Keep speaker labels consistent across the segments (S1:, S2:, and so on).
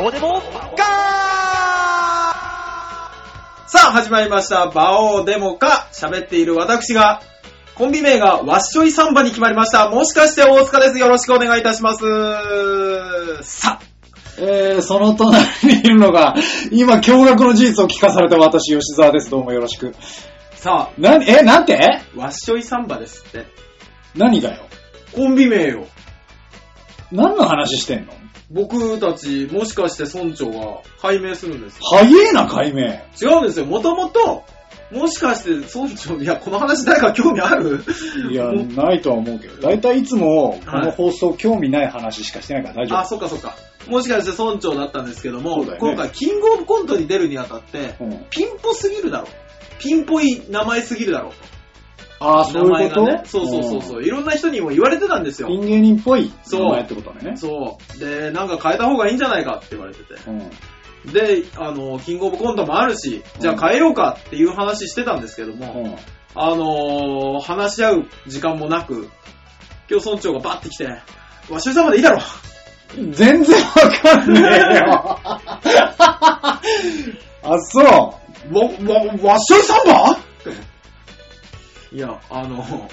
S1: オデモガ
S2: さあ、始まりました。バオーデモか、喋っている私が、コンビ名がわっしょいサンバに決まりました。もしかして大塚です。よろしくお願いいたします。さ
S3: えー、その隣にいるのが、今、驚愕の事実を聞かされた私、吉沢です。どうもよろしく。
S2: あ、さ
S3: な、え、なんて
S2: あ、わっしょいサンバですって。
S3: 何がよ。
S2: コンビ名よ。
S3: 何の話してんの
S2: 僕たち、もしかして村長が解明するんですよ
S3: 早えな、解明。
S2: 違うんですよ。もともと、もしかして村長、いや、この話誰か興味ある
S3: いや、
S2: もう
S3: ないとは思うけど。だいたいいつも、こ
S2: はい
S3: の放送、興味ない話しかしてないから大丈
S2: あ、
S3: 夫。
S2: そっかそっか。もしかして村長だったんですけども、
S3: そうだよね
S2: 今回、キングオブコントに出るにあたって、
S3: うん
S2: ピンポすぎるだろ。ピンポい名前すぎるだろ。
S3: あー、そう
S2: 名
S3: い
S2: 前
S3: うこ
S2: が
S3: と、
S2: ね。そうそうそうそう。いろんな人にも言われてたんですよ
S3: ピ。ン芸人っぽい
S2: そう
S3: 名前ってことね。
S2: そう。で、なんか変えた方がいいんじゃないかって言われてて。
S3: うん。
S2: で、あの、キングオブコントもあるし、じゃあ変えようかっていう話してたんですけども、
S3: うん。
S2: あのー、話し合う時間もなく、今日村長がバッて来て、わしゅうさんまでいいだろ
S3: 全然わかんねえ よ。あ、そう。
S2: わ、わ、わっしょいサンバっていや、あの、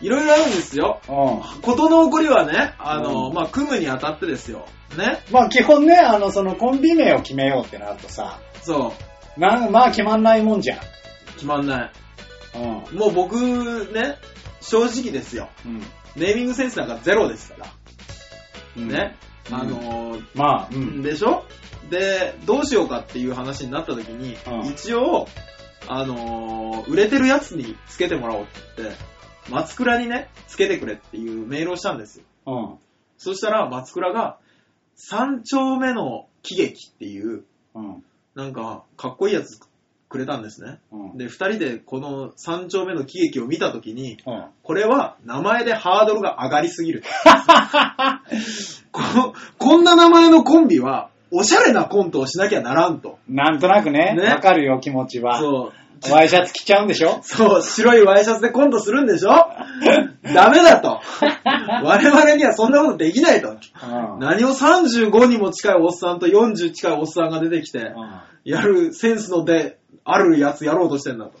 S2: いろいろあるんですよ。
S3: うん。
S2: 事の起こりはね、あの、
S3: うん
S2: まあ、組むにあたってですよ。ね。
S3: まあ基本ね、あの、そのコンビ名を決めようってなるとさ、
S2: そう。
S3: なんまあ決まんないもんじゃん。
S2: 決まんない。
S3: うん。
S2: もう僕、ね、正直ですよ。ネーミングセンスなんかゼロですから。
S3: うん。
S2: ね。
S3: うん
S2: あの、
S3: まあ、うん。
S2: でしょで、どうしようかっていう話になった時に、
S3: うん
S2: 一応、あのー売れてるやつにつけてもらおうって、松倉にね、つけてくれっていうメールをしたんですよ。
S3: うん。
S2: そしたら松倉が、三丁目の喜劇っていう、
S3: うん。
S2: なんか、かっこいいやつくれたんですね。
S3: うん。
S2: で、二人でこの三丁目の喜劇を見たときに、
S3: うん。
S2: これは名前でハードルが上がりすぎる。 ここんな名前のコンビは、おしゃれなコントをしなきゃならんと。
S3: なんとなくね、
S2: ね
S3: わ、かるよ、気持ちは。
S2: そう。
S3: ワイシャツ着ちゃうんでしょ
S2: そう、白いワイシャツでコントするんでしょダメだと。我々にはそんなことでき ないと。
S3: うん。
S2: 何を35にも近いおっさんと40近いおっさんが出てきて、やるセンスので、あるやつやろうとしてんだと。っ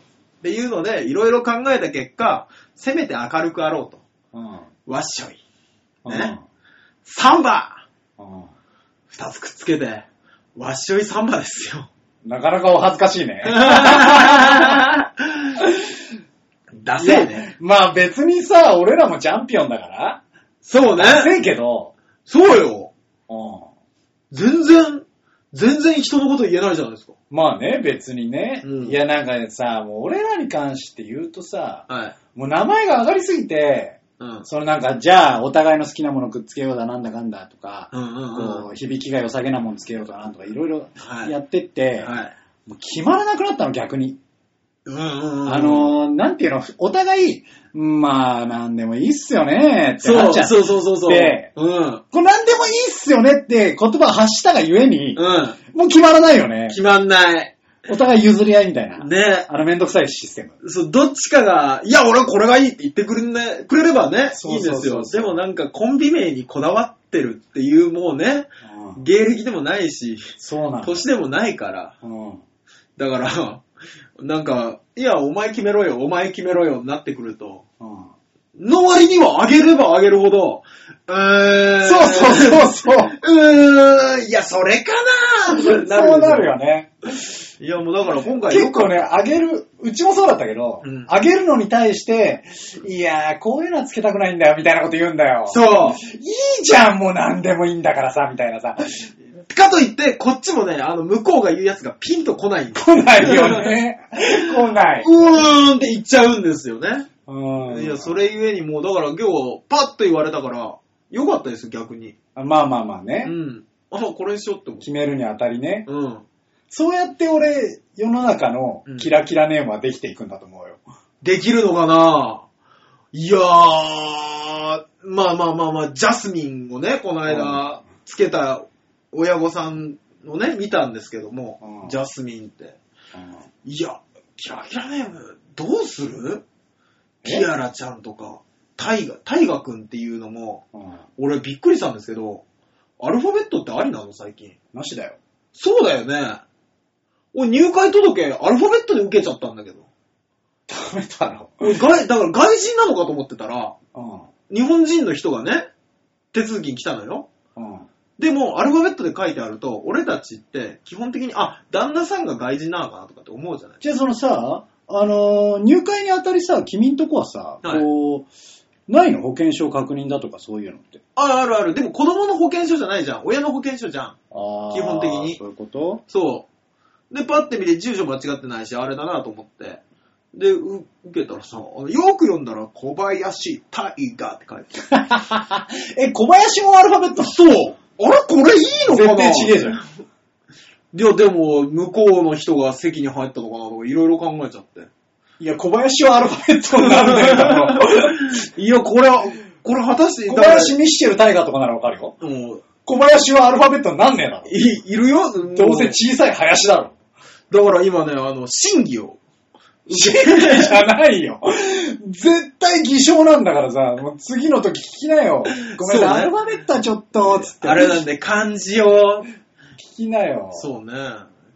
S2: ていうので、いろいろ考えた結果、せめて明るくあろうと。
S3: うん。うん。
S2: わっしょい。
S3: うん
S2: ねサンバ
S3: うん
S2: 二つくっつけて、わっしょいサンバです よ。
S3: なかなかお恥ずか しいね。
S2: ダセえね。
S3: まあ別にさ、俺らもチャンピオンだから。
S2: そうね。
S3: ダセえけど。
S2: そうよ。
S3: う
S2: 全然、全然人のこと言えないじゃないですか。
S3: ん。まあね、別にね。
S2: うん
S3: いやなんかねさ、もう俺らに関して言うとさ、
S2: はい。
S3: もう名前が上がりすぎて、
S2: うん。
S3: そのなんか、じゃあ、お互いの好きなものくっつけようだなんだかんだとか、
S2: うんうん
S3: こ
S2: うん。
S3: う響きが良さげなものつけようだなんとか、いろいろ
S2: はい
S3: やってっ
S2: はい。
S3: て、もう決まらなくなったの、逆に。
S2: うんうんうん。
S3: あのー、なんていうの、お互い、うんまあ、なんでもいいっすよねってな
S2: そ
S3: っ
S2: う
S3: ちゃう。
S2: そうそうそうそう。
S3: で
S2: うん。
S3: こうなんでもいいっすよねって言葉を発したがゆえに、
S2: うん。
S3: もう決まらないよね。
S2: 決まんない。
S3: お互い譲り合いみたいな。
S2: ね。
S3: あの、めんどくさいシステム。
S2: そう、どっちかが、いや、俺はこれがいいって言ってくれ,、ね、くれればね、い
S3: そ
S2: いん
S3: う
S2: で
S3: そう
S2: す
S3: そ
S2: よ
S3: う。そ
S2: で
S3: う
S2: もなんかコンビ名にこだわってるっていうもうね、
S3: うん
S2: 芸歴でもないし、
S3: そうなの。
S2: 年でもないから。
S3: うん
S2: だから、なんか、いや、お前決めろよ、お前決めろよになってくると、
S3: うん
S2: の割には上げれば上げるほど、うーん。
S3: そうそうそうそう。
S2: うーん、いや、それかなーってなる。
S3: そうなるよ。ね。
S2: いや、もうだから今回
S3: 結
S2: よく、
S3: 構ね、あげる、うちもそうだったけど、あ
S2: うん
S3: げるのに対して、いやー、こういうのはつけたくないんだよ、みたいなこと言うんだよ。
S2: そう。
S3: いいじゃん、もう何でもいいんだからさ、みたいなさ。
S2: かといって、こっちもね、あの、向こうが言うやつがピンと来ないんで
S3: 来ないよ ね。来ない。
S2: うーんって言っちゃうんですよね。
S3: うん。
S2: いや、それゆえにもう、だから今日、パッと言われたから、よかったですよ、逆に。
S3: まあまあまあ
S2: う
S3: ね。
S2: ん。あ、これにしようって思
S3: 決めるにあたりね。
S2: う。うん。
S3: そうやって俺、世の中のキラキラネームはできていくんだと思うよ。
S2: できるのかないやー、まあまあまあまあ、ジャスミンをね、この間、つけた親御さんのね、見たんですけども、
S3: うん
S2: ジャスミンって。
S3: うん
S2: いや、キラキラネーム、どうするピアラちゃんとか、タイガ、タイガくんっていうのも、
S3: うん
S2: 俺びっくりしたんですけど、アルファベットってありなの最近。
S3: なしだよ。
S2: そうだよね。俺入会届アルファベットで受けちゃったんだけど。
S3: ダメだろ。
S2: 俺外、だから外人なのかと思ってたら、
S3: う
S2: 日本人の人がね、手続きに来たのよ。
S3: ん。うん。
S2: でも、アルファベットで書いてあると、俺たちって基本的に、あ、旦那さんが外人なのかなとかって思うじゃない
S3: じゃあそのさ、あのー入会にあたりさ、君んとこはさ、
S2: はい
S3: こう、ないの保険証確認だとかそういうのって。
S2: あるあるある。でも子供の保険証じゃないじゃん。親の保険証じゃん。
S3: あ
S2: 基本的に
S3: そういうこと
S2: そう。で、パッて見て住所間違ってないし、あれだなと思って。で、う受けたらさ、あのよく読んだら、小林大河って書いてある。
S3: え、小林もアルファベットそう
S2: あれこれいいのか
S3: 絶
S2: な
S3: 対ちげえじゃん。
S2: いや、でも、向こうの人が席に入ったのかなとか、いろいろ考えちゃって。
S3: いや、小林はアルファベットになるんだよだから。
S2: いや、これ、これ果たして、
S3: 小林ミッシェル・タイガーとかならわかるよ。
S2: だからもう
S3: 小林はアルファベットになんねえだろ。
S2: い、いるよ
S3: どうせ小さい林だろ。
S2: だから今ね、あの、審議を。
S3: 真理じゃないよ。絶対偽証なんだからさ、もう次の時聞きなよ。ごめんなさ
S2: そう
S3: い、ア
S2: ね
S3: ルファベットはちょっと、つって。
S2: あれなんで、漢字を。
S3: 聞きなよ。
S2: そうね。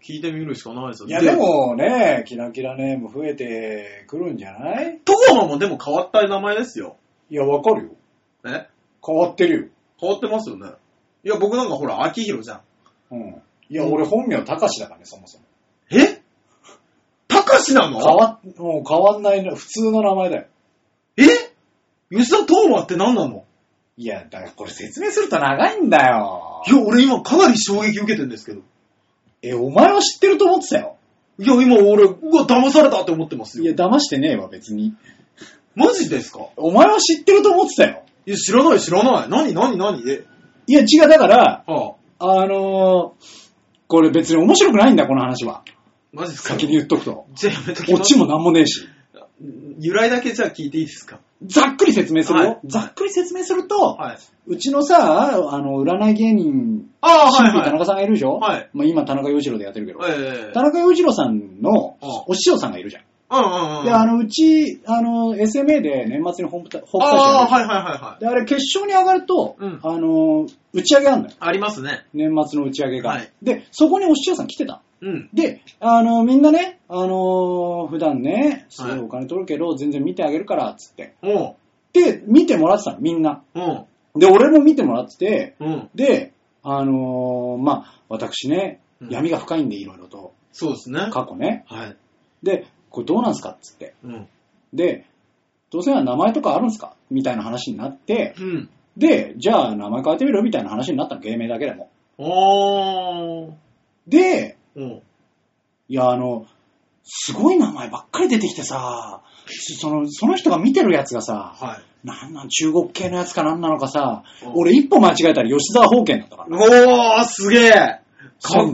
S2: 聞いてみるしかないですよ
S3: いや、で、もね、キラキラネーム増えてくるんじゃない
S2: トーマもでも変わった名前ですよ。
S3: いや、わかるよ。
S2: ね
S3: 変わってる
S2: 変わってますよね。いや、僕なんかほら、秋広じゃん。
S3: よ。うん。いや、俺本名高しだからね、そもそも。
S2: えたかしな
S3: 変
S2: の
S3: わっ、もう変わんないの、普通の名前だよ。
S2: え吉田トーマって何なの
S3: いや、だからこれ説明すると長いんだよ
S2: い。や、俺今かなり衝撃受けてんですけど。
S3: え、お前は知ってると思ってたよ。
S2: いや、今俺、うわ、騙されたって思ってます
S3: いや、
S2: よ。
S3: 騙してねえわ、別に。
S2: マジですか
S3: お前は知ってると思ってたよ。
S2: いや、知らない、知らない。何、何、何え、
S3: いや、違う、だから、
S2: はあ、
S3: あのー、これ別に面白くないんだ、この話は。
S2: マジですか
S3: 先に言っとくと。
S2: じゃあやめとき
S3: オ
S2: ます
S3: チもなんもねえし。
S2: 由来だけじゃあ聞いていいですか
S3: ざっくり説明するよ。
S2: はい
S3: ざっくり説明すると、
S2: はい。
S3: うちのさ、あの、占い芸人、
S2: ああ、
S3: 新
S2: はい、
S3: 規田
S2: はい。
S3: 中さんがいるでしょ
S2: はい
S3: まあ今、田中洋次郎でやってるけど。
S2: ええ
S3: 田中洋次郎さんの
S2: あ
S3: お師匠さんがいるじゃん。
S2: うんうんうん。
S3: で、あの、うち、あの、SMA で年末にホームタホームタ
S2: ああ、
S3: イ
S2: はいはいはいはい。
S3: で、あれ決勝に上がると、
S2: うん
S3: あの、打ち上げあんのよ。
S2: ありますね。
S3: 年末の打ち上げが。
S2: はい
S3: で、そこにお師匠さん来てた。
S2: うん。
S3: で、あの、みんなね、あの、普段ね、すご
S2: はい
S3: いお金取るけど、全然見てあげるから、つって。
S2: おう、
S3: で、見てもらってたの、みんな。
S2: うん、
S3: で、俺も見てもらってて、
S2: うん。
S3: で、あのーまあ、私ね
S2: う、ん
S3: 闇が深いんで、いろいろと、
S2: そうですね。
S3: 過去ね。
S2: はい。
S3: で、これどうなんすかっつって。
S2: うん。
S3: で、どうせなら名前とかあるんすかみたいな話になって、
S2: うん。
S3: で、じゃあ名前変えてみるみたいな話になったの、芸名だけでも。
S2: おー。
S3: で、
S2: うん。
S3: いや、あの、すごい名前ばっかり出てきてさ、その、その人が見てるやつがさ、
S2: はい。
S3: なんなん、中国系のやつかなんなのかさ
S2: うん、
S3: 俺一歩間違えたら吉沢方剣だったから。
S2: おー、すげえかっこい
S3: 孫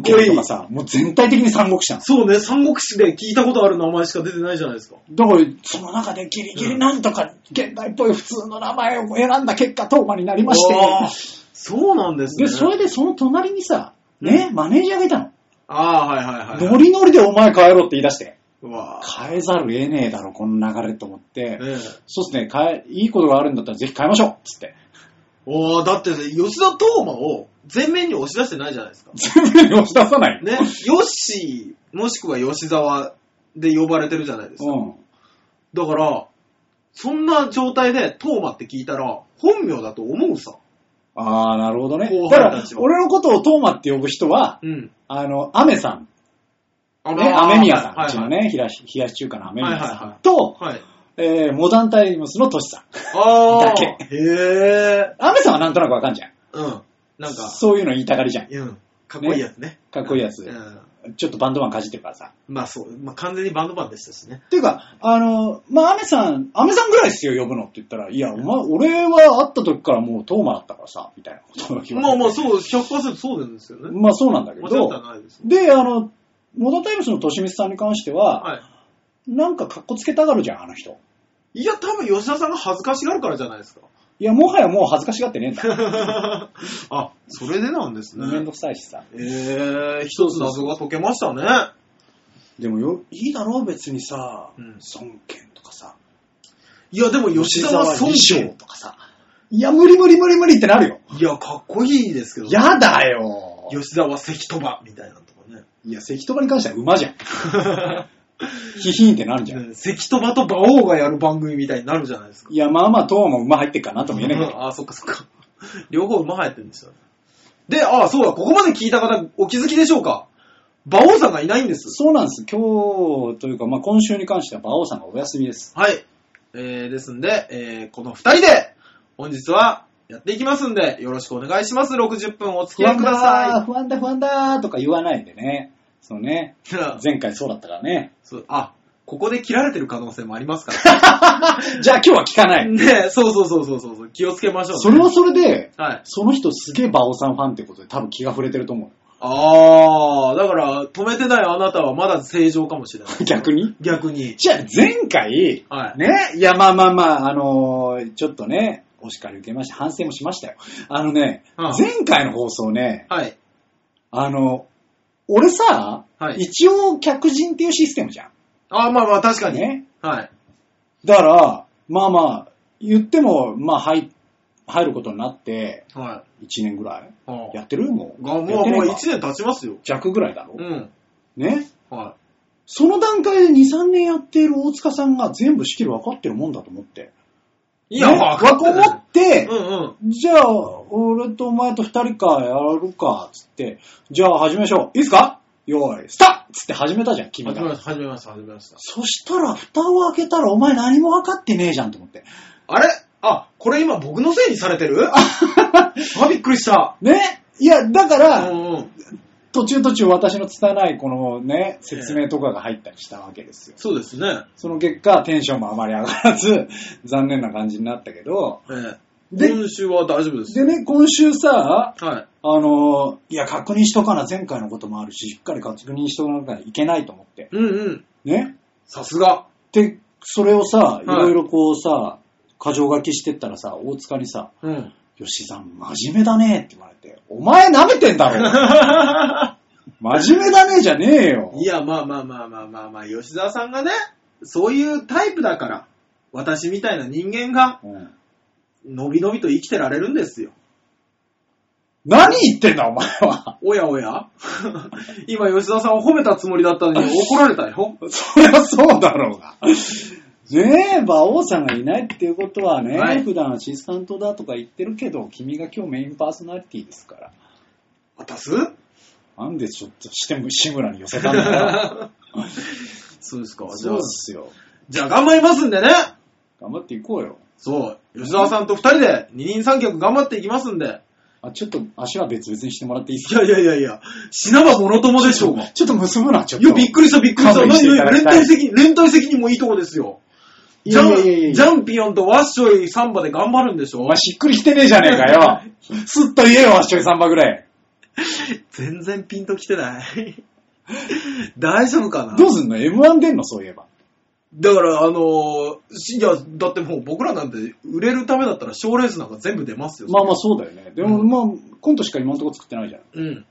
S3: 権と
S2: い
S3: か。さ、もう全体的に三国志なんです
S2: そうね、三国志で聞いたことある名前しか出てないじゃないですか。
S3: だから、その中でギリギ
S2: う
S3: リ
S2: ん
S3: なんとか現代っぽい普通の名前を選んだ結果、トーマになりまして。
S2: おーそうなんですね。
S3: で、それでその隣にさ、ね、マネージャーがいたの。
S2: あー、はいはいはい。
S3: ノリノリでお前帰ろうって言い出して。
S2: うわー。
S3: 変えざるを得ねえだろ、この流れと思って。
S2: ええ
S3: そうですね、変え、いいことがあるんだったらぜひ変えましょうっ つって。
S2: おー、だってね、吉田東馬を全面に押し出してないじゃないですか。
S3: 全部に押し出さない。
S2: ね、ヨッシー、もしくは吉沢で呼ばれてるじゃないですか。
S3: うん。
S2: だから、そんな状態で、トーマって聞いたら、本名だと思うさ。
S3: ああ、なるほどね。
S2: 後
S3: だか
S2: 輩た
S3: ら
S2: ち、は
S3: 俺のことをトーマって呼ぶ人は、
S2: うん。
S3: あの、アメさん
S2: あ
S3: ね、アメミヤさん、
S2: は
S3: う
S2: い
S3: ちのね、冷やし冷やし中華のアメミヤさん、
S2: はいはいはい
S3: と、
S2: はい。
S3: えー、モダンタイムスのトシ さん。
S2: ああ。
S3: だけ
S2: へえ。
S3: アメさんはなんとなくわかんじゃん。
S2: うん。なんか、
S3: そういうの言いたがりじゃん。
S2: うん。かっこいいやつね。
S3: かっこいいやつ
S2: う。ん。
S3: ちょっとバンドマンかじってるからさ。
S2: まあそう、まあ完全にバンドマンでしたしね。
S3: っていうか、あの、まあ、アメさん、アメさんぐらいですよ、呼ぶのって言ったら、いや、お前、俺は会った時からもうトーマだったからさ、みたいなことを言われて
S2: まあまあそう、100%そうなんですよね。
S3: まあそうなんだけ
S2: 間違っては
S3: ど、
S2: ないです。
S3: で、あの、モダンタイムスのトシミスさんに関しては、
S2: は
S3: なんか格好つけたがるじゃん、あの人。
S2: い。いや、多分吉田さんが恥ずかしがるからじゃないですか。
S3: いや、もはやもう恥ずかしがってねえんだ。
S2: あ、それでなんです
S3: めん
S2: ね
S3: ど。くさいしさ。
S2: ええ、一つ謎が解けましたね。
S3: でもよ、いいだろう、別にさ、
S2: うん
S3: 孫権とかさ、
S2: いや、でも吉沢
S3: 二
S2: 尊
S3: 将
S2: 敬。
S3: とかさ、いや、無理無理無理無理ってなるよ。
S2: いや、かっこいいですけど、
S3: やだよ。
S2: 吉沢関飛ばみたいなのとか ね。
S3: いや、関戸場に関しては馬じゃん。ヒヒーンってなるじゃん。
S2: ね関飛ばと馬王がやる番組みたいになるじゃないですか。
S3: いや、まあまあ、トーも馬入ってっかなとも言えないけ ど。
S2: うんあ、そっかそっか。両方馬入ってるんですよ。で、あ、そうだ、ここまで聞いた方、お気づきでしょうか馬王さんがいないんです。
S3: そうなんです。今日というか、まあ今週に関しては馬王さんがお休みです。
S2: はい。えー、ですんで、えー、この二人で、本日はやっていきますんで、よろしくお願いします。60分お付き合いくださ
S3: 不安だ不安だとか言わないでね。そうね。
S2: い。
S3: 前回そうだったからね。
S2: そうあ、ここで切られてる可能性もありますから。
S3: じゃあ今日は聞かな い。
S2: ねそうそうそうそうそうそう、気をつけましょう、ね。
S3: それはそれで、
S2: はい。
S3: その人すげえ馬王さんファンってことで多分気が触れてると思
S2: あー、だから、止めてないあなたはまだ正常かもしれな
S3: う。
S2: い。
S3: 逆に。
S2: 逆に。
S3: じゃあ前回、
S2: はい
S3: ね、いやまあまあまあ、あのーちょっとね、お叱り受けました。反省もしましたよ。あのね、
S2: うん
S3: 前回の放送ね、
S2: はい。
S3: あの、俺さ、
S2: はい
S3: 一応客人っていうシステムじゃん。
S2: あー、まあまあ、確かに。
S3: ね
S2: はい。
S3: だから、まあまあ、言っても、まあ入、入ることになって、
S2: は
S3: 1年ぐらい
S2: い。はあ
S3: やってるもう。
S2: がもう、
S3: や
S2: も
S3: って
S2: う
S3: ない
S2: 1
S3: か
S2: 年経ちますよ。
S3: 弱ぐらいだろ
S2: う。ん。
S3: ね。
S2: は
S3: その段階で2、3年やっている大塚さんが全部仕切る分かってるもんだと思って。
S2: い。いや、
S3: ね
S2: わかって
S3: 思って、
S2: うんうん。
S3: じゃあ、俺とお前と二人か、やるか、つって、じゃあ始めましょう。いいですかよーい、スタッつって始めたじゃん、君
S2: 始めま
S3: が。
S2: した、始めました、始めました。
S3: そしたら、蓋を開けたら、お前何も分かってねえじゃん、と思って。
S2: あれあ、これ今僕のせいにされてる あ、びっくりした。
S3: ねいや、だか
S2: う
S3: ら、
S2: んうん。
S3: 途中途中私の拙いこのね、説明とかが入ったりしたわけですよ。
S2: そうですね。
S3: その結果、テンションもあまり上がらず、 残念な感じになったけど、
S2: ええ
S3: で
S2: 今週は大丈夫です。
S3: でね、今週さ、
S2: はい。
S3: あの、いや、確認しとかな、前回のこともあるし、しっかり確認しとかなきゃいけないと思って。
S2: うんうん。
S3: ね。
S2: さすが。
S3: で、それをさ、
S2: い
S3: いろいろこうさ、過剰書きしてったらさ、大塚にさ、
S2: うん。
S3: 吉さん、真面目だねって言われて、お前舐めてんだ ろ真面目だねじゃねえよ。
S2: いや、まあまあまあまあまあまあ、吉沢さんがね、そういうタイプだから、私みたいな人間が、
S3: うん
S2: のびのびと生きてられるんですよ。
S3: 何言ってんだ、お前は。
S2: おやおや 今、吉沢さんを褒めたつもりだった のに怒られたよ。
S3: そりゃそうだろうが。 ねえ、馬王さんがいないっていうことはね、
S2: はい
S3: 普段アシスタントだとか言ってるけど、君が今日メインパーソナリティですから。
S2: 渡す
S3: なんでちょっとしても志村に寄せたんだよ。
S2: そうですか。じゃ
S3: そ
S2: あ
S3: うっ、すよ。
S2: じゃあ頑張りますんでね。
S3: 頑張っていこうよ。
S2: そう。吉沢さんと二人で、二人三脚頑張っていきますんで。
S3: あ、ちょっと足は別々にしてもらっていいです
S2: い
S3: か
S2: やいやいやいや、死なば諸友でしょうが。
S3: ちょっと結ぶな、ちょっ
S2: い
S3: と。
S2: や、びっくりした、びっくりした。
S3: 勘弁して
S2: 何
S3: いただ
S2: 何連
S3: きたい
S2: 帯責任、連帯責任もいいとこですよ。
S3: い
S2: ジャ
S3: やいやいやいや
S2: ン、ジャンピオンとワッショイサンバで頑張るんでし
S3: お
S2: ょ
S3: 前しっくりきてねえじゃねえか よ。すっと言えよ、足取り3番ぐらい。
S2: 全然ピンときてない。 大丈夫かな
S3: どうすんの ?M1 出んのそういえば。
S2: だから、あのーしいや、だってもう僕らなんて売れるためだったら賞ーレースなんか全部出ますよ。
S3: まあまあそうだよね。でも、
S2: うん
S3: まあ、コントしか今のところ作ってないじゃん。
S2: うん。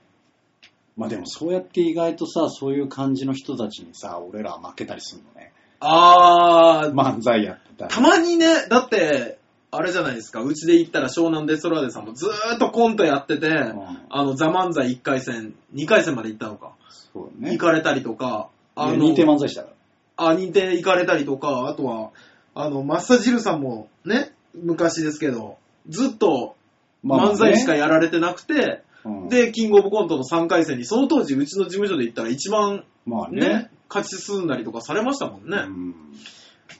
S3: まあでもそうやって意外とさ、そういう感じの人たちにさ、俺らは負けたりするのね。
S2: あー、
S3: 漫才やってた
S2: た
S3: り。
S2: まにね、だって、あれじゃないですか、うちで行ったら湘南デストラーデさんもずーっとコントやってて、
S3: ん
S2: あの、ザ・漫才1回戦、2回戦まで行ったのか。
S3: そうね。
S2: 行かれたりとか、あの、
S3: 認定漫才したから。
S2: あ、認定行かれたりとか、あとは、あの、マッサジルさんもね、昔ですけど、ずっと漫才しか
S3: や、
S2: やられてなくて、
S3: うん、
S2: で、キングオブコントの3回戦に、その当時うちの事務所で行ったら一番
S3: まあ
S2: ね、
S3: ね。
S2: 勝ち進んだりとかされましたもんね。
S3: うん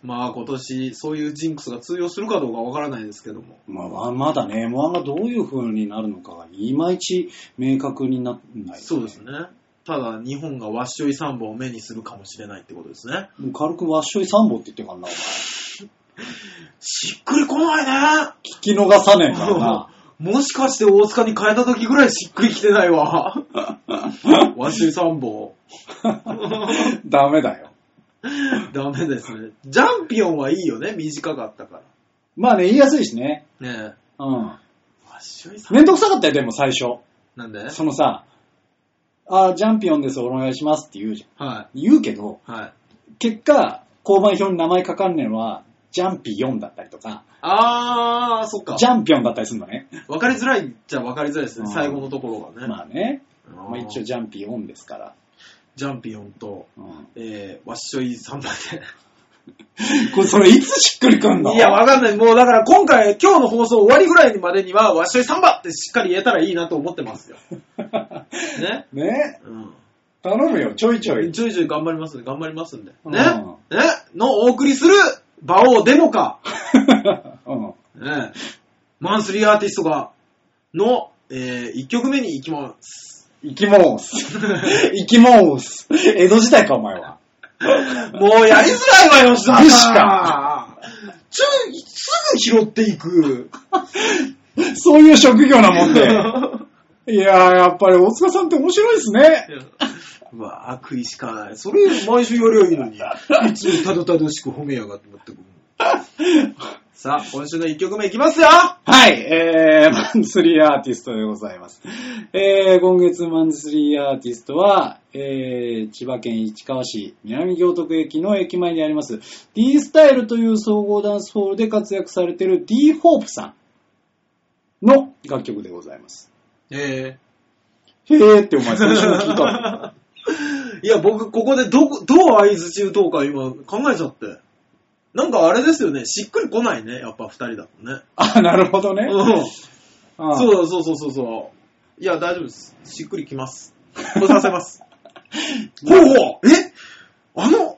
S2: まあ今年、そういうジンクスが通用するかどうかわからないですけども。
S3: まあわ、まだね、M1 がどういう風になるのかが、いまいち明確になってない、
S2: そうです。ね。ただ、日本がワッショイサンバを目にするかもしれないってことですね。
S3: もう軽くわっしょい3本って言ってからな、お前。
S2: しっくりこないね
S3: 聞き逃さねえか らな。
S2: もしかして大塚に変えた時ぐらいしっくりきてない わ。わし三本。
S3: ダメだよ。
S2: ダメですね。ジャンピオンはいいよね、短かったか
S3: まあね、言いやすいしね。
S2: ら。ね
S3: うん。
S2: え。わしゅい三
S3: めんどくさかったよ、でも最初。
S2: なんで
S3: そのさ、あージャンピオンです、お願いしますって言うじゃん。
S2: は
S3: 言うけど、
S2: い。はい。
S3: 結果、交番表に名前書かんねんは、ジャンピオンだったりとか、
S2: あー、そっか
S3: ジ。ャンピオンだったりするのね。
S2: わかりづらいっちゃわかりづらいですね、
S3: うん
S2: 最後のところがね。
S3: まあね。
S2: あー
S3: まあ一応ジャンピオンですから。
S2: ジャンピオンと、
S3: うん
S2: えー、わっしょい3番
S3: これ、それいつしっくりくんの
S2: で。いや、わかんない。もうだから今回、今日の放送終わりぐらいまでには、わっしょい3番ってしっかり言えたらいいなと思ってますよ。 ね。
S3: ね
S2: うん。
S3: 頼むよ、ちょいちょい。
S2: ちょいちょい頑張りますんで、頑張りますんで。ね。
S3: うん
S2: ね。のお送りする、馬王デモか、
S3: うん
S2: ね、マンスリーアーティストが、の、えー、1曲目に行き ます。
S3: 行きもうす。 行きもうす。江戸時代か、お前は。
S2: もうやりづらいわ、吉田
S3: で
S2: さ
S3: し
S2: ん。
S3: た
S2: ちょ、すぐ拾っていく。
S3: そういう職業な もんで。いやー、やっぱり大塚さんって面白いですね。
S2: うわあ食いしかない。それ毎週やりゃいいのに。いつたどたどしく褒めやがってまったく。 さあ、今週の1曲目いきますよ
S3: はい、えー、 マンスリーアーティストでございます。えー、今月マンスリーアーティストは、えー、千葉県市川市南行徳駅の駅前にあります D スタイルという総合ダンスホールで活躍されている D ホープさんの楽曲でございます。
S2: え
S3: へーってお前最初に聞い たの
S2: いや、僕、ここでどこ、どう合図中とか今考えちゃって。なんかあれですよね、しっくりこないね、やっぱ2人だとね。
S3: あ、なるほどね。
S2: うん。
S3: あー
S2: そうそうそうそうそう。いや、大丈夫です。しっくりきます。こさせます。 ほうほうえあの、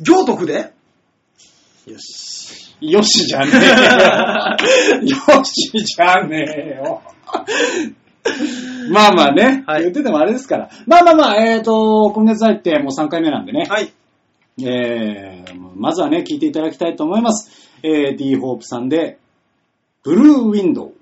S2: 行徳でよし。
S3: よしじゃねえよ。よしじゃねえよ。まあまあね、
S2: はい
S3: 言っててもあれですから。まあまあまあ、えっ、と、今月入ってもう3回目なんでね。
S2: はい。
S3: えー、まずはね、聞いていただきたいと思います。えー、D ホープさんで、ブルーウィンドウ。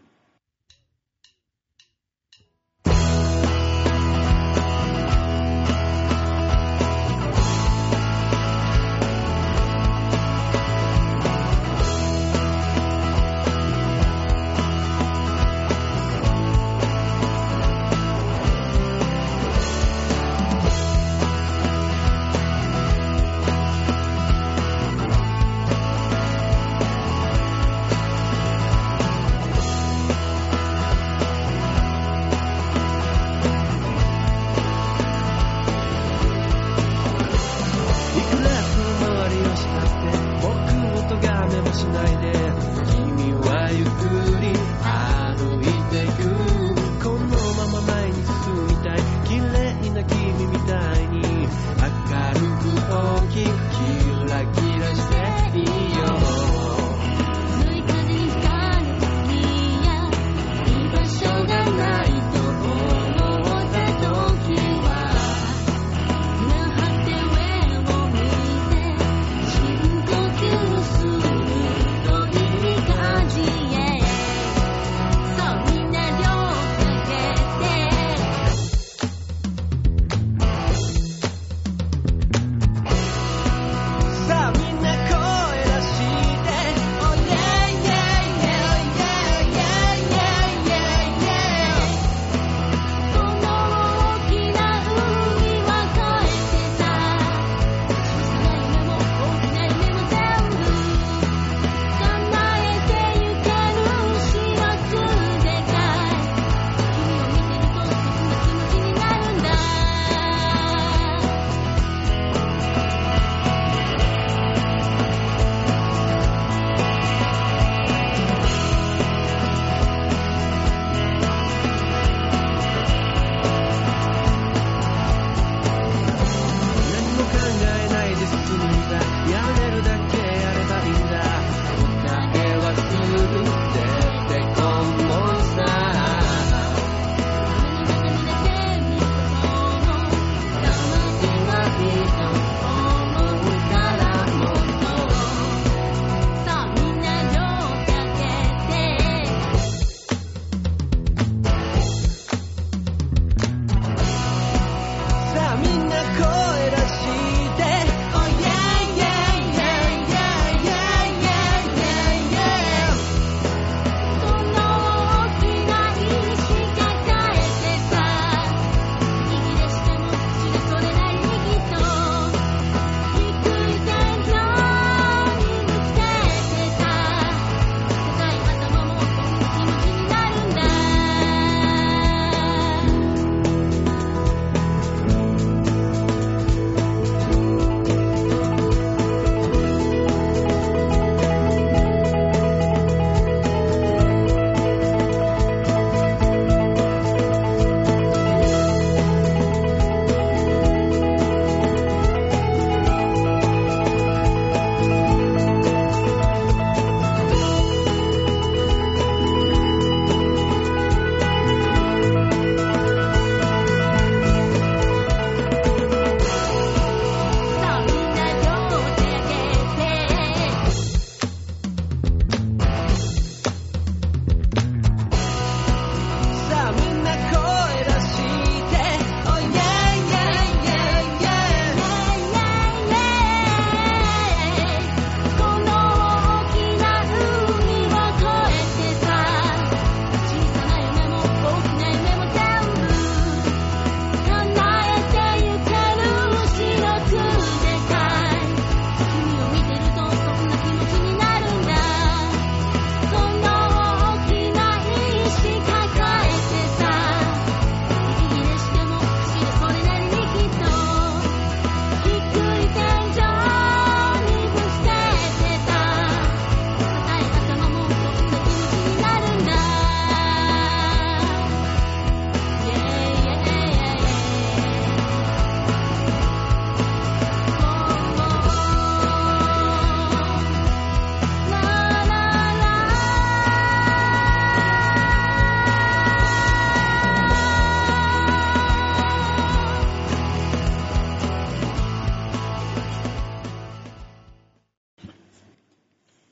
S1: いくら遠回りをしたって僕を咎めもしないで君はゆっくり歩いていくこのまま前に進みたい綺麗な君みたいに明るく大きくキラキラしていいよ
S4: 「追加で光る月や居場所がないと思った時は」「なはて上を向いて深呼吸するとい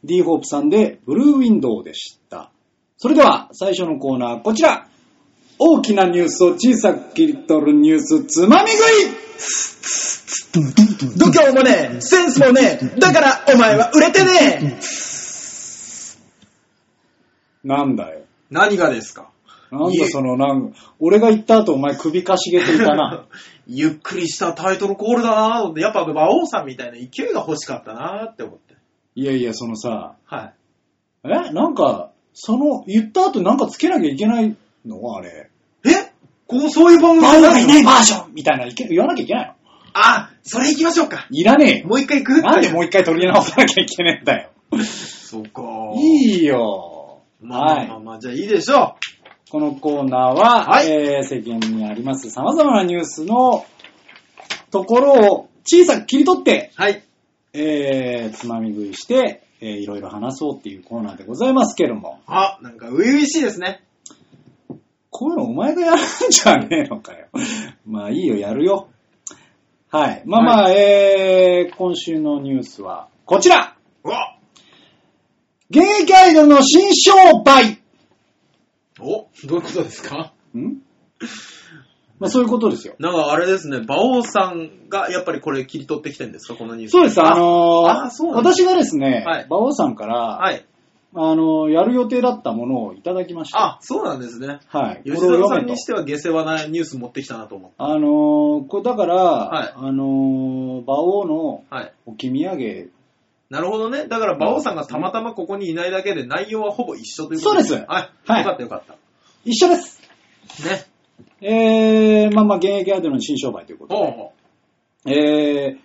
S3: D ホープさんで、ブルーウィンドウでした。それでは、最初のコーナー、こちら大きなニュースを小さく切り取るニュースつまみ食い
S2: 度胸もねえ、センスもねえ、だからお前は売れてねえ
S3: なんだよ。
S2: 何がですか
S3: なん
S2: いえ
S3: だその、なんか、俺が言った後お前首かしげてい たな。
S2: ゆっくりしたタイトルコールだなぁと思って、やっぱ馬王さんみたいな勢いが欲しかったなぁって思って。
S3: いやいや、そのさ、
S2: はい。
S3: えなんか、その、言った後なんかつけなきゃいけないのあれ。
S2: えこう、そういう番組
S3: バ
S2: じゃ
S3: ージョ
S2: ない
S3: ン
S2: の
S3: ねえバージョンみたいないけ言わなきゃいけないの
S2: あ、それ行きましょうか。
S3: いらねえよ。
S2: もう一回行く
S3: なんでもう一回取り直さなきゃいけねえんだよ。
S2: そうか。
S3: いいよ。
S2: まあま
S3: は
S2: あまあ
S3: い。
S2: まあ、じゃあいいでしょ
S3: このコーナーは、
S2: はい
S3: えー、世間にあります様々なニュースのところを小さく切り取って、
S2: う。はい。
S3: えー、つまみ食いして、えー、いろいろ話そうっていうコーナーでございますけども、
S2: あ、なんか、初々しいですね。
S3: こういうのお前がやるんじゃねえのかよ。 まあいいよ、やるよ。はい。まあまあ、えー、今週のニュースはこちら
S2: うわ
S3: ゲイガイドの新商売
S2: お、どういうことですか
S3: んまあそういうことですよ。
S2: なんかあれですね、馬王さんがやっぱりこれ切り取ってきてるんですか、このニュース。
S3: そうです、あのー
S2: あそうなんだ
S3: 私がですね、
S2: はい
S3: 馬王さんから、
S2: はい。
S3: あのーやる予定だったものをいただきました。
S2: あ、そうなんですね。
S3: はい。
S2: 吉
S3: これ
S2: 沢
S3: を
S2: さん
S3: 読めと
S2: にしては下世話なニュース持ってきたなと思って。
S3: あのーこれだから、
S2: はい
S3: あのー馬王の
S2: はい。
S3: 置き土産、
S2: なるほどね。だから、馬王さんがたまたまここにいないだけで内容はほぼ一緒というこ
S3: そ
S2: と
S3: うです
S2: はい。
S3: はい
S2: よかったよかった。
S3: 一緒です。
S2: ね。
S3: えー、まあまあ、現役アイドルの新商売ということで
S2: おうおう
S3: えー、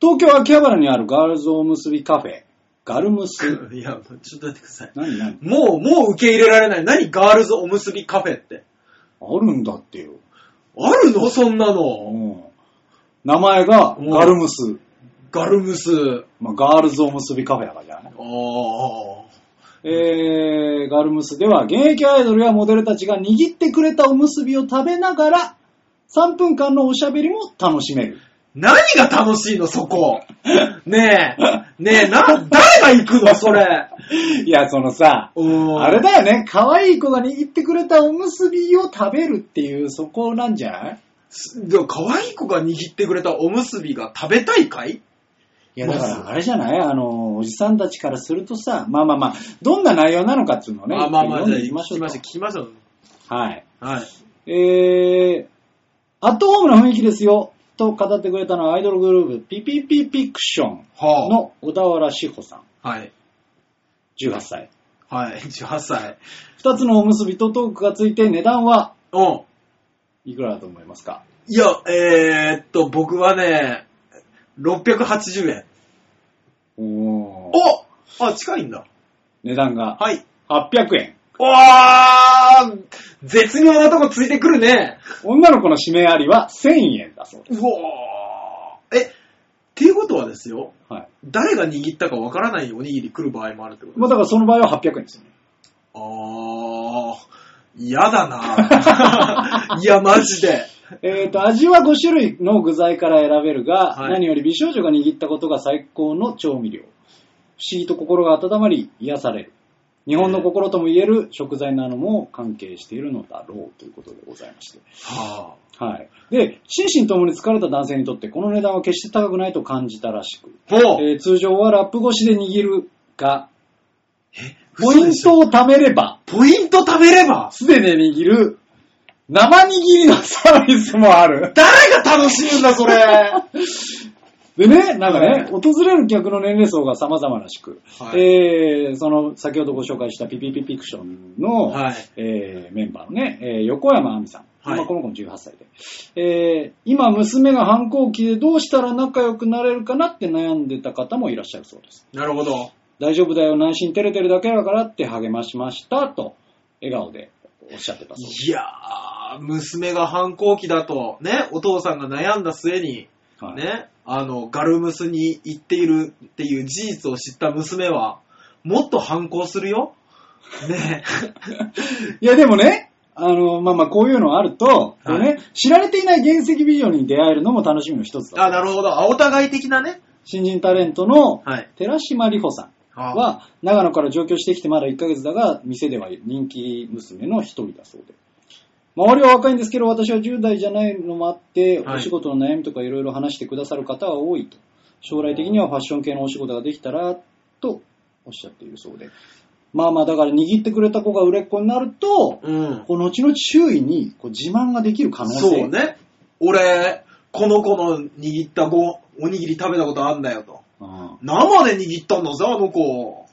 S3: 東京秋葉原にあるガールズおむすびカフェ、ガルムス。
S2: いや、ちょっと待ってください。
S3: 何何
S2: もう、もう受け入れられない。何ガールズおむすびカフェって。
S3: あるんだってよ。
S2: あるのそんな
S3: う
S2: の。
S3: ん。名前がガルムス。
S2: ガルムス。
S3: まあ、ガールズおむすびカフェやからじゃない
S2: ああ。
S3: えー、ガルムスでは現役アイドルやモデルたちが握ってくれたおむすびを食べながら3分間のおしゃべりも楽しめる。
S2: 何が楽しいの、そ こ。ねえ。ねえ、な、誰が行くの、それ。
S3: いや、そのさ、
S2: うん
S3: あれだよね、可愛い子が握ってくれたおむすびを食べるっていう、そこなんじゃない
S2: でも、可愛い子が握ってくれたおむすびが食べたいかい
S3: いや、だか
S2: まず
S3: らあれじゃないあの、おじさんたちからするとさ、まあまあまあ、どんな内容なのかっていうのをね、
S2: あまあまあ、じゃあ、
S3: 読ん
S2: 聞き
S3: でいきま
S2: ま
S3: し
S2: しょ
S3: ょう
S2: う、
S3: か
S2: 聞。きましょう。
S3: はい。
S2: はい。
S3: えー、アットホームな雰囲気ですよ、と語ってくれたのはアイドルグループ、ピピピピクション
S2: は
S3: の小田原志保さん、
S2: あ。はい。
S3: 18歳。
S2: はい。18歳。
S3: 二つのおむすびとトークがついて値段は
S2: うん。
S3: いくらだと思いますか
S2: いや、えー、っと、僕はね、680円。
S3: おー
S2: おあ、近いんだ。
S3: 値段が
S2: はい。
S3: 800円。
S2: おー絶妙なとこついてくるね。
S3: 女の子の指名ありは1000円だそうで
S2: うおーえ、っていうことはですよ、
S3: す。はい。
S2: 誰が握ったかわからないおにぎり来る場合もあるってこと
S3: まあだからその場合は800円ですよね。
S2: あー、嫌だ ないや、マジで。
S3: えっ、と、味は5種類の具材から選べるが、
S2: はい
S3: 何より美少女が握ったことが最高の調味料。不思議と心が温まり、癒される。日本の心とも言える食材なのも関係しているのだろうということでございまして。
S2: は
S3: はい。で、心身ともに疲れた男性にとって、この値段は決して高くないと感じたらしく、
S2: あ。もう、
S3: えー通常はラップ越しで握るが、ポ
S2: 嘘
S3: イ
S2: で
S3: ン
S2: し
S3: ト
S2: ょ
S3: を貯めれば、
S2: ポイント食べれば、
S3: すでに握る、生握りのサービスもある。
S2: 誰が楽しむんだ、それ。
S3: でね、なんか
S2: は
S3: ね
S2: い、
S3: 訪れる客の年齢層が様々らしく、
S2: はい
S3: えー、その、先ほどご紹介したピピピピクションの、
S2: はい
S3: えーメンバーのね、えー横山亜美さん。
S2: はい
S3: まあこの子も18歳で。えー、今、娘が反抗期でどうしたら仲良くなれるかなって悩んでた方もいらっしゃるそうです。
S2: なるほど。
S3: 大丈夫だよ、内心照れてるだけだからって励ましました、と、笑顔でおっしゃってたそうで
S2: いやー、娘が反抗期だと、ね、お父さんが悩んだ末に、
S3: す。はい
S2: ね、あの、ガルムスに行っているっていう事実を知った娘は、もっと反抗するよ。 ね
S3: いや、でもね、あの、まあまあ、こういうのあると、こうね、知られていない原石美女に出会えるのも楽しみの一つだ。
S2: あ、なるほど。あ、お互い的なね。
S3: 新人タレントの
S2: はい。
S3: 寺島里穂さん、
S2: あ
S3: は、長野から上京してきてまだ1ヶ月だが、店では人気娘の一人だそうで。周りは若いんですけど、私は10代じゃないのもあって、
S2: はい
S3: お仕事の悩みとかいろいろ話してくださる方は多いと。将来的にはファッション系のお仕事ができたら、とおっしゃっているそうで。まあまあ、だから握ってくれた子が売れっ子になると、
S2: うん。
S3: こう後々周囲にこう自慢ができる可能性。
S2: そうね。俺、この子の握ったご、おにぎり食べたことあんだよと。
S3: うん。
S2: 生で握ったんだぜ、あの子。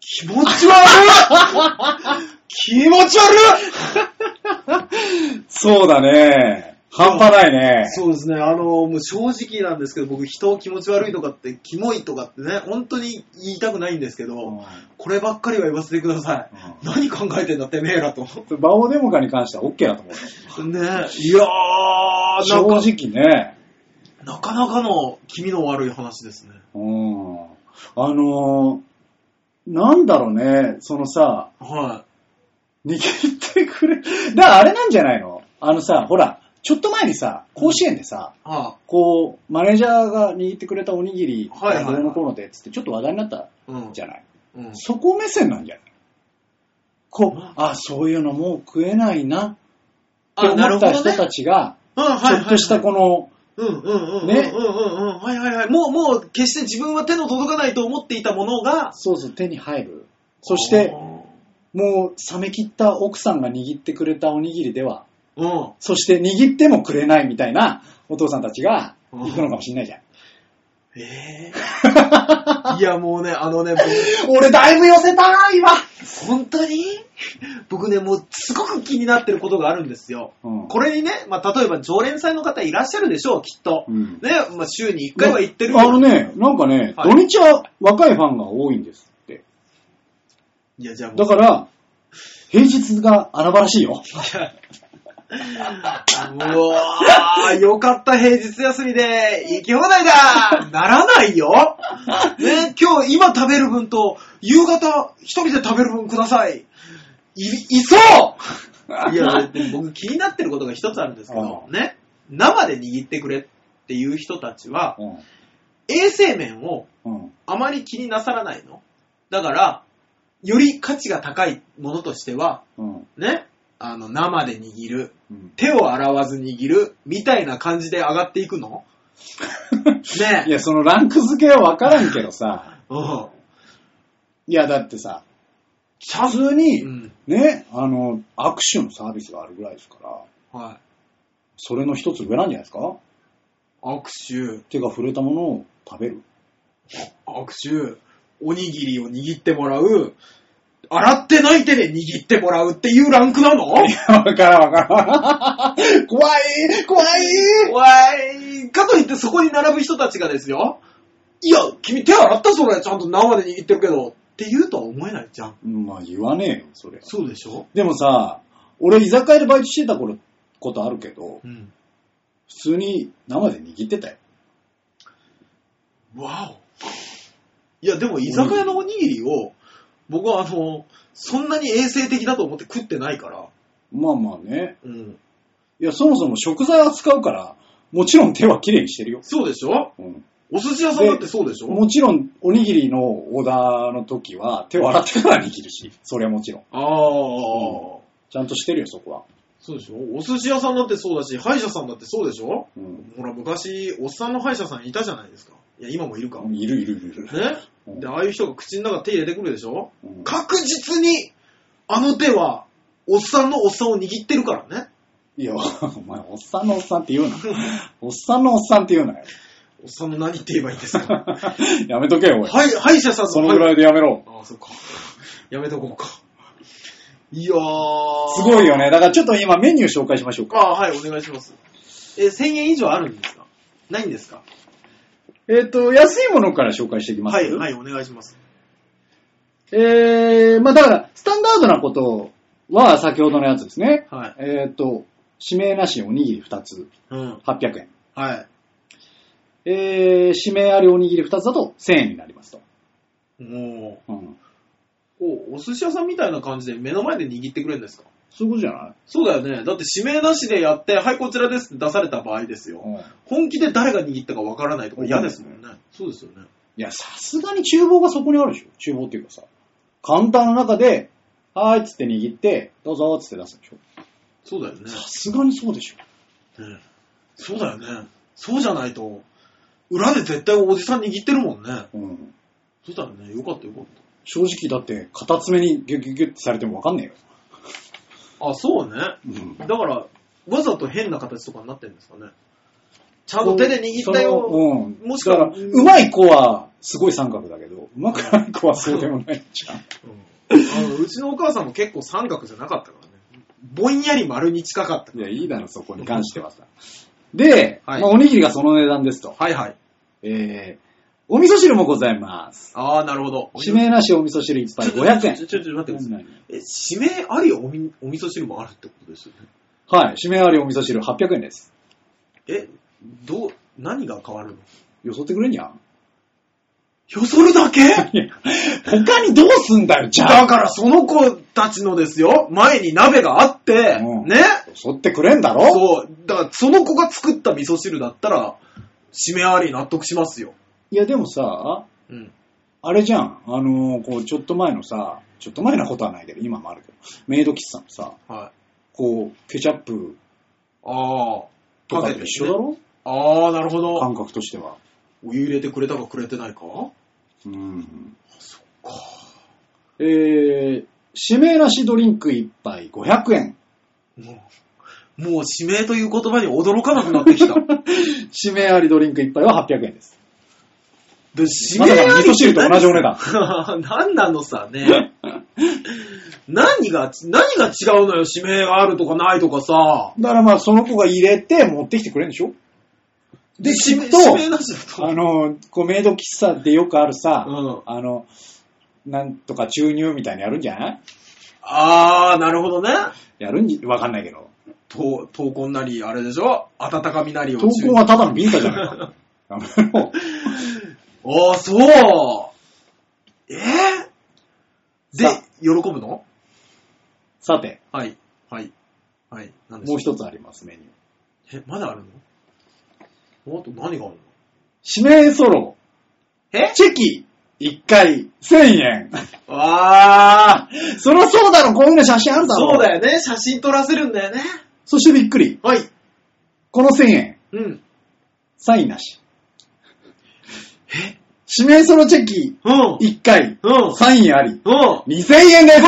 S2: 気持ち悪 い気持ち悪い
S3: そうだね。半端ないね。
S2: そうですね、あの、もう正直なんですけど、僕人を気持ち悪いとかって、キモいとかってね、本当に言いたくないんですけど、こればっかりは言わせてください。
S3: う
S2: 何考えてんだってめえらと。ね
S3: んバオデモカに関しては OK だと思うよ。
S2: いやー、なん
S3: 正
S2: か、
S3: 直ね。
S2: なかなかの気味の悪い話ですね。
S3: うん。あのー、なんだろうね、そのさ、
S2: は
S3: 握ってくれ、だからあれなんじゃないのあのさ、ほら、ちょっと前にさ、甲子園でさ、
S2: い。は
S3: こう、マネージャーが握ってくれたおにぎり、
S2: はいはいはい
S3: どうのこうので、つってちょっと話題になった
S2: あ。うん。
S3: じゃない。
S2: うん。
S3: そこ目線なんじゃないこう、あ、そういうのもう食えないな、って
S2: あ、なる
S3: 思っ
S2: ほど、
S3: た
S2: ね。
S3: 人たちが、
S2: うん、はいはい
S3: ちょ
S2: はい
S3: っとしたこの、
S2: うんうんうんうん。
S3: ね
S2: うんうんうん。はいはいはい。もう、もう、決して自分は手の届かないと思っていたものが、
S3: そうそう、手に入る。そして、もう冷め切った奥さんが握ってくれたおにぎりでは、
S2: うん。
S3: そして握ってもくれないみたいなお父さんたちが行くのかもしれないじゃん。
S2: ええ いやもうね、あのね、僕
S3: 俺だいぶ寄せた今、
S2: 本当に僕ね、もうすごく気になってることがあるんですよ。
S3: うん
S2: これにね、まあ、例えば常連さんの方いらっしゃるでしょう、きっと。
S3: うん
S2: ね、まあ、週に1回は行ってる。
S3: あのね、なんかね、
S2: はい
S3: 土日は若いファンが多いんですって。
S2: いや、じゃあもう
S3: だから、平日が穴場らしいよ。
S2: うわー、よかった、平日休みで、行き放題だならないよね、今日、今食べる分と、夕方、一人で食べる分ください。い、いそういや、でも僕気になってることが一つあるんですけど、ね、生で握ってくれっていう人たちは、衛生面を
S3: うん
S2: あまり気になさらないの。だから、より価値が高いものとしては、
S3: うん
S2: ね、あの、生で握る。
S3: うん
S2: 手を洗わず握るみたいな感じで上がっていく のね
S3: い
S2: え。
S3: や、そのランク付けはわからんけどさ、
S2: うん。
S3: いや、だってさ、
S2: ちゃん
S3: 普通に、
S2: うん。
S3: ね、あの、握手のサービスがあるぐらいですから、
S2: は
S3: それの一つ上なんじゃないですか
S2: い。握手、
S3: 手が触れたものを食べる。
S2: 握手、おにぎりを握ってもらう、洗ってない手で握ってもらうっていうランクなの
S3: わからんわからん。怖い怖い
S2: わい。かといってそこに並ぶ人たちがですよ。いや、君手洗ったそれ、ちゃんと生で握ってるけど。って言うとは思えないじゃん。
S3: まあ言わねえよ、それ。
S2: そうでしょ
S3: でもさ、俺居酒屋でバイトしてた頃、ことあるけど、
S2: うん。
S3: 普通に生で握ってたよ。
S2: わお。いや、でも居酒屋のおにぎりを、僕はあの、そんなに衛生的だと思って食ってないから、
S3: まあまあね。
S2: うん。
S3: いや、そもそも食材扱うから、もちろん手はきれいにしてるよ。
S2: そうでしょ
S3: うん、
S2: お寿司屋さんだってそうでしょ
S3: もちろん、おにぎりのオーダーの時は、手を洗ってから握るし、それはもちろん。
S2: ああ、
S3: ちゃんとしてるよ、そこは。
S2: そうでしょお寿司屋さんだってそうだし、歯医者さんだってそうでしょ
S3: うん、
S2: ほら、昔、おっさんの歯医者さんいたじゃないですか。いや、今もいるか。ね
S3: いるいるいるいる。うん
S2: で、ああいう人が口の中手入れてくるでしょ
S3: うん
S2: 確実に、あの手は、おっさんのおっさんを握ってるからね。
S3: いや、お前、おっさんのおっさんって 言うな。おっさんのおっさんって言うな よ。
S2: おっさんの何って言えばいいんです か
S3: やめとけよ、おい。
S2: はい、歯医者さんの
S3: そのぐらいでやめろ。
S2: ああ、そっか。やめとこうか。いやー。
S3: すごいよね。だからちょっと今メニュー紹介しましょうか。
S2: ああ、はい、お願いします。え、1000円以上あるんですかないんですか
S3: えっ、と、安いものから紹介していきます。
S2: はい、はい、お願いします。
S3: えー、まあだから、スタンダードなことは先ほどのやつですね。
S2: はい。
S3: えっ、と、指名なしおにぎり2つ、
S2: うん。
S3: 800円。
S2: はい。
S3: えー、指名ありおにぎり2つだと1000円になりますと。
S2: も
S3: うん。
S2: う、お、お寿司屋さんみたいな感じで目の前で握ってくれるんですか
S3: そういうことじゃない
S2: そうだよね。だって指名なしでやって、はい、こちらですって出された場合ですよ。本気で誰が握ったかわからないとか嫌ですもんね。そうですよね。
S3: いや、さすがに厨房がそこにあるでしょ厨房っていうかさ。簡単の中で、はーいっつって握って、どうぞーっつって出すでしょ
S2: そうだよね。
S3: さすがにそうでしょ
S2: ねそうだよね。そうじゃないと、裏で絶対おじさん握ってるもんね。
S3: うん。
S2: そうだよね。よかったよかっ
S3: 正直だって、片爪にギュッギュッギュッってされてもわかんねえよ。
S2: た。あ、そうね。
S3: うん
S2: だから、わざと変な形とかになってるんですかね。ちゃんと手で握った
S3: その
S2: よ。
S3: うん。
S2: も
S3: も
S2: し
S3: し
S2: く
S3: か
S2: は
S3: ら、うまい子は、すごい三角だけど、うまくない子はそうでもないじゃん。
S2: うんあのうちのお母さんも結構三角じゃなかったからね。ぼんやり丸に近かった。
S3: いや、いいだろ、そこに関してはさ。で、
S2: はい
S3: まあ、おにぎりがその値段ですと。
S2: はいはい。
S3: えー、お味噌汁もございます。
S2: ああ、なるほど。
S3: 指名なしお味噌汁一杯500円
S2: ちょ、。ちょ、ちょ、待ってください。
S3: 何
S2: え、指名ありおみお味噌汁もあるってことですよね。
S3: はい、指名ありお味噌汁800円です。
S2: え、どう、何が変わるの
S3: よそってくれんやん。
S2: よそるだけ
S3: いや他にどうすんだよ、じゃ
S2: だ
S3: あ。
S2: からその子たちのですよ、前に鍋があって、
S3: うん
S2: ね
S3: よそってくれんだろ
S2: そう、だからその子が作った味噌汁だったら、締めあり納得しますよ。
S3: いや、でもさ、
S2: うん。
S3: あれじゃん。あのーこう、ちょっと前のさ、ちょっと前なことはないけど、今もあるけど、メイド喫茶のさ、
S2: はい。
S3: こう、ケチャップ
S2: ああ、
S3: とかと一緒だ
S2: ね
S3: ろ
S2: ああ、なるほど。
S3: 感覚としては。
S2: お湯入れてくれたかくれてないか
S3: うん。
S2: か
S3: えー、指名なしドリンク1杯500円。
S2: もう、もう指名という言葉に驚かなくなってき た。で
S3: 指名ありドリンク1杯は800円です。
S2: 指
S3: ま
S2: 名
S3: さ
S2: あ
S3: か
S2: り
S3: 味噌汁と同じお値 段。
S2: 何なのさね。 何が、何が違うのよ、指名があるとかないとかさ。
S3: だからまあ、その子が入れて持ってきてくれるんでしょで、き
S2: 指名
S3: っと、
S2: 指名なしだと。
S3: あの、こうメイド喫茶でよくあるさ、
S2: うん
S3: あの、なんとか注入みたいにやるんじゃない
S2: あー、なるほどね。
S3: やるんじ、わかんないけど。
S2: と闘魂なり、あれでしょ温かみなりを
S3: 投稿はただのビンタじゃない か。やめろ
S2: あー、そうえー、で
S3: さ、
S2: 喜ぶの
S3: さて、
S2: はい。はい。はい。なんでしょ
S3: もう一つあります、メニュー。
S2: え、まだあるのあと何があるの
S3: 指名ソロ、
S2: え
S3: チェキ、1回、1000円。
S2: あー、
S3: そりゃそうだろ、こういうの写真あるだろ。
S2: そうだよね。写真撮らせるんだよね。
S3: そしてびっくり。
S2: はい。
S3: この1000円、
S2: うん。
S3: サインなし。指名ソロチェキ、
S2: うん。
S3: 1回、
S2: うん。
S3: サインあり。
S2: うん。
S3: 2000円です
S2: あ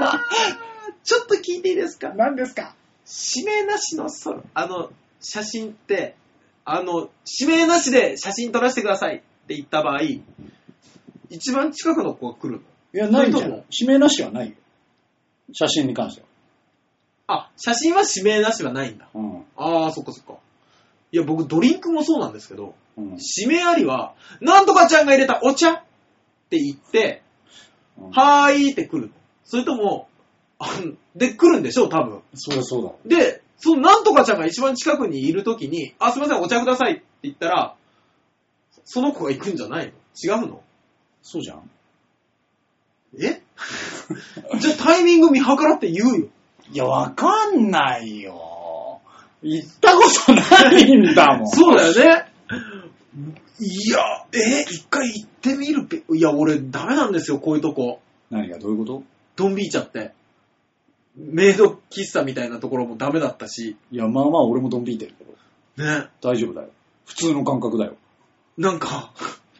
S2: ー ちょっと聞いていいですか
S3: 何ですか
S2: 指名なしのソロ、あの、写真って、あの、指名なしで写真撮らせてくださいって言った場合、一番近くの子が来るの
S3: いや、ないじゃ
S2: それと
S3: ん
S2: も。
S3: 指名なしはないよ。写真に関しては。
S2: あ、写真は指名なしはないんだ。
S3: うん。
S2: あー、そっかそっか。いや、僕、ドリンクもそうなんですけど、
S3: うん。
S2: 指名ありは、なんとかちゃんが入れたお茶って言って、
S3: うん
S2: はーいって来るの。それとも、あので、来るんでしょう、多分。
S3: そりゃそうだろ。
S2: で、そのなんとかちゃんが一番近くにいるときに、あ、すいません、お茶くださいって言ったら、その子が行くんじゃないの違うの
S3: そうじゃん。
S2: え じゃあタイミング見計らって言うよ。
S3: いや、わかんないよ。行ったことないんだ もん。
S2: そうだよね。いや、え、一回行ってみるべ。いや、俺ダメなんですよ、こういうとこ。
S3: 何がどういうこと
S2: ドンビーちゃって。メイド喫茶みたいなところもダメだったし、
S3: いや、まあまあ俺もドン引いてるけど。
S2: ね。
S3: 大丈夫だよ。普通の感覚だよ。
S2: なんか、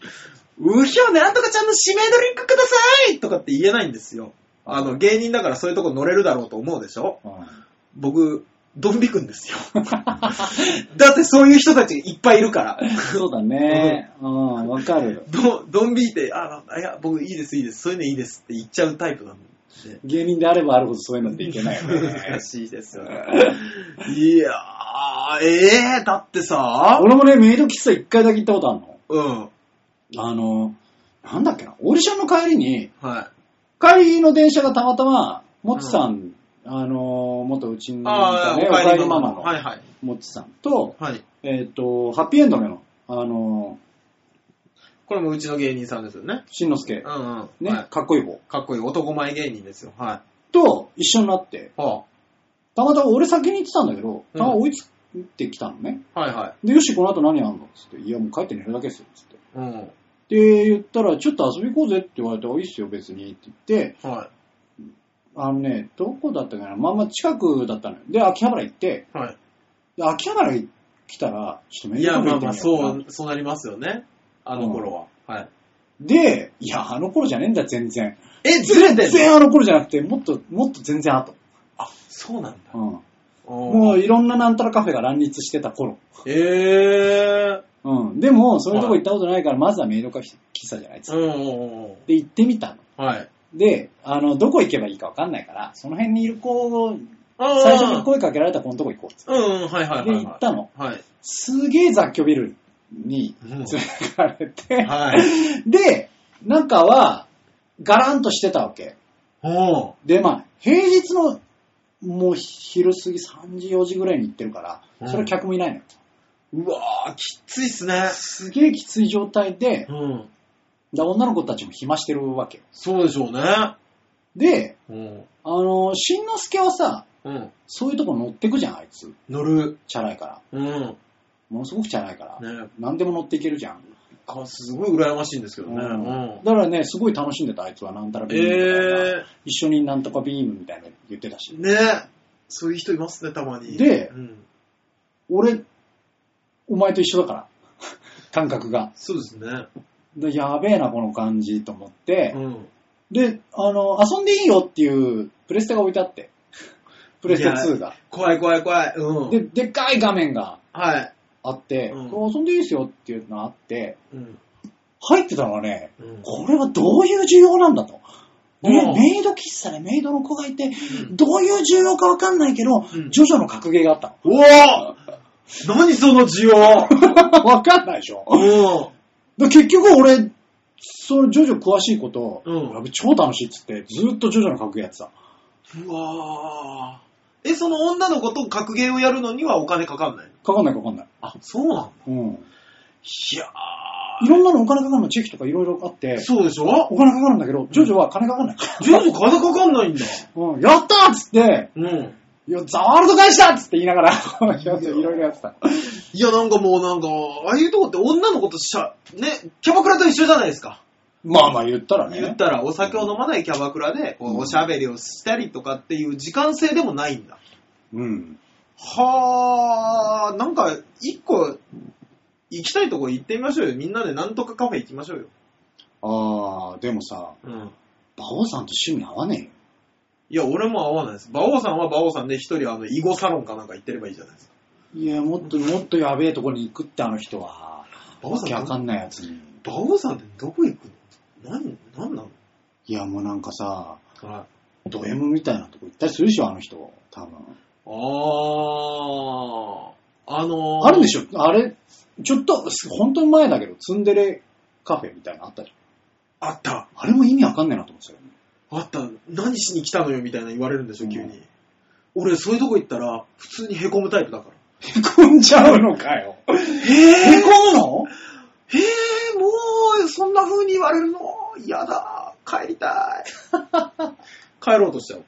S2: うひょ、なんとかちゃんの指名ドリンクくださいとかって言えないんですよ。あの、芸人だからそういうとこ乗れるだろうと思うでしょ 僕、ドン引くんですよ。だってそういう人たちいっぱいいるから。
S3: そうだね。うん、わかるよ。
S2: ど、ドン引いて、あ、あいや、僕いいです、いいです、そういうのいいですって言っちゃうタイプなんで。
S3: 芸人であればあるほどそういうのっていけないよね
S2: 難。しいですよね。いやー、えー、だってさ、
S3: 俺もね、メイド喫茶一回だけ行ったことあるの。
S2: うん、
S3: あの、なんだっけな、オーディションの帰りに、
S2: はい。
S3: 帰りの電車がたまたま、もちさん、あの、元うちにいた
S2: あー、
S3: ね、
S2: お
S3: お
S2: か
S3: か
S2: え
S3: え
S2: り
S3: り
S2: ママ
S3: ママ
S2: の。
S3: の
S2: はいはい。
S3: もちさんと、
S2: はい。
S3: えっと、ハッピーエンドの、あの、
S2: これもうちの芸人さんですよね。
S3: しんのすけ
S2: う、んうん。
S3: ね
S2: は、
S3: かっこいい方
S2: い、かっこいい男前芸人ですよ。は
S3: と一緒になって、
S2: い。は
S3: たまたま俺先に行ってたんだけど、たまたま追いついてきたのね。
S2: あ、はいはい。
S3: で、よし、この後何やるのつって、いや、もう帰って寝るだけですよ。つって。
S2: うん。
S3: で、言ったら、ちょっと遊び行こうぜって言われて、おいいっすよ、別に。って言って、
S2: は
S3: あのね、どこだったかなまあまあ近くだったのよ。で、秋葉原行って、
S2: い。は
S3: で秋葉原来たら、ちょっと
S2: い。
S3: 面
S2: いや、
S3: 倒
S2: まあ
S3: 見て
S2: まあ、
S3: みようかな
S2: そう、そうなりますよね。あの頃は。はい。
S3: で、いや、あの頃じゃねえんだ、全然。
S2: え、ずれて
S3: 全然あの頃じゃなくて、もっと、もっと全然後。
S2: あ、そうなんだ。
S3: うん。も
S2: も
S3: ういろんななんたらカフェが乱立してた頃。
S2: ええ
S3: うん。でも、そういうとこ行ったことないから、まずはメイドカフェ喫茶じゃないです
S2: ー。
S3: か。
S2: うんうんうん。
S3: で、行ってみたの。
S2: はい。
S3: で、あの、どこ行けばいいかわかんないから、その辺にいる子を、
S2: あ
S3: 最初に声かけられた子のとこ行こうっつって。
S2: うんうん、はいはいはい、は
S3: で、
S2: い。
S3: 行ったの。
S2: はい。
S3: すげえ雑居ビルに
S2: うん
S3: 連れてかれて、
S2: はい。
S3: で、中は、ガランとしてたわけ。
S2: おう
S3: で、まあ、平日の、もう昼過ぎ3時、4時ぐらいに行ってるか
S2: う
S3: ら、
S2: ん
S3: それは客もいないのよ。
S2: うわぁ、きついっすね。
S3: すげえきつい状態で、
S2: うん。
S3: だ女の子たちも暇してるわけよ。
S2: そうでしょうね。
S3: で、
S2: うん。
S3: あの、しんのすけはさ、
S2: うん。
S3: そういうとこ乗ってくじゃん、あいつ。
S2: 乗る。
S3: チャラいから。
S2: うん。
S3: ものすごくチャラいから。
S2: ね
S3: 何でも乗っていけるじゃん。
S2: あすごい羨ましいんですけどね。
S3: う
S2: うんん。
S3: だからね、すごい楽しんでた、あいつは。なんたらビームみたいな。
S2: え
S3: 一緒になんとかビームみたいなの言ってたし
S2: ー。。ねそういう人いますね、たまに。
S3: で
S2: うん。
S3: 俺、お前と一緒だから。 感覚が。
S2: そうですね。
S3: でやべえな、この感じと思って。
S2: うん。
S3: で、あの、遊んでいいよっていうプレステが置いてあって。 プレステ2が。
S2: 怖い怖い怖い。うん。
S3: で、でっかい画面が
S2: はい。
S3: あって、
S2: うん
S3: これ遊んでいいですよっていうのがあって、
S2: うん。
S3: 入ってたのはね、
S2: うん
S3: これはどういう需要なんだと。ね、
S2: うん
S3: メイド喫茶でメイドの子がいて、
S2: ん
S3: どういう需要かわかんないけど、
S2: ん
S3: ジョジョの格ゲーがあ った
S2: おお何その需 要
S3: の。わかんないでしょ
S2: うん。
S3: で結局俺、そのジョジョ詳しいことを、
S2: うん
S3: やべ超楽しいっつって、ずーっとジョジョの格ゲーやってた。
S2: うわーえ、その女の子と格ゲーをやるのにはお金かかんない
S3: かかんないかかんない。
S2: あ、そうなんだ。
S3: うん。
S2: いや
S3: いろんなのお金かかるのチェキとかいろいろあって
S2: ー、そうでしょ
S3: お金かかるんだけど、ジョジョは金かかんない。
S2: ジョジョ金かかんないんだ。
S3: うん、やったーっつって、
S2: うん。
S3: いや、ザワールド返しだっつって言いながら、 いろいろやってた。
S2: いや、なんかもうなんか、ああいうとこって女の子としゃ、ね、キャバクラと一緒じゃないですか。
S3: まあまあ言ったらね。
S2: 言ったら、お酒を飲まないキャバクラで、こ
S3: うん
S2: うおしゃべりをしたりとかっていう時間制でもないんだ。
S3: うん。
S2: はー、なんか、一個、行きたいとこ行ってみましょうよ。みんなでなんとかカフェ行きましょうよ。
S3: あー、でもさ、
S2: うん。
S3: 馬王さんと趣味合わねえよ。
S2: いや、俺も合わないです。馬王さんは馬王さんで、一人あの、囲碁サロンかなんか行ってればいいじゃないですか。
S3: いや、もっともっとやべえとこに行くって、あの人は。
S2: 馬王
S3: わ
S2: さん
S3: けわかんないやつに。
S2: 馬王さんってどこ行くの何、何なの
S3: いや、もうなんかさ、
S2: はい。
S3: ド M みたいなとこ行ったりするでしょ、あの人。多分。
S2: あー、あのー、
S3: あるでしょあれ、ちょっと、本当に前だけど、ツンデレカフェみたいなのあったじゃん。
S2: あった。
S3: あれも意味わかんないなと思ってたよ。
S2: あった。何しに来たのよみたいな言われるんでしょ、急
S3: う
S2: に。俺、そういうとこ行ったら、普通に凹むタイプだから。
S3: へこんじゃうのかよ。
S2: へ
S3: へこむの
S2: へえ、もう、そんな風に言われるの嫌だ。帰りた い。帰ろうとしちゃう。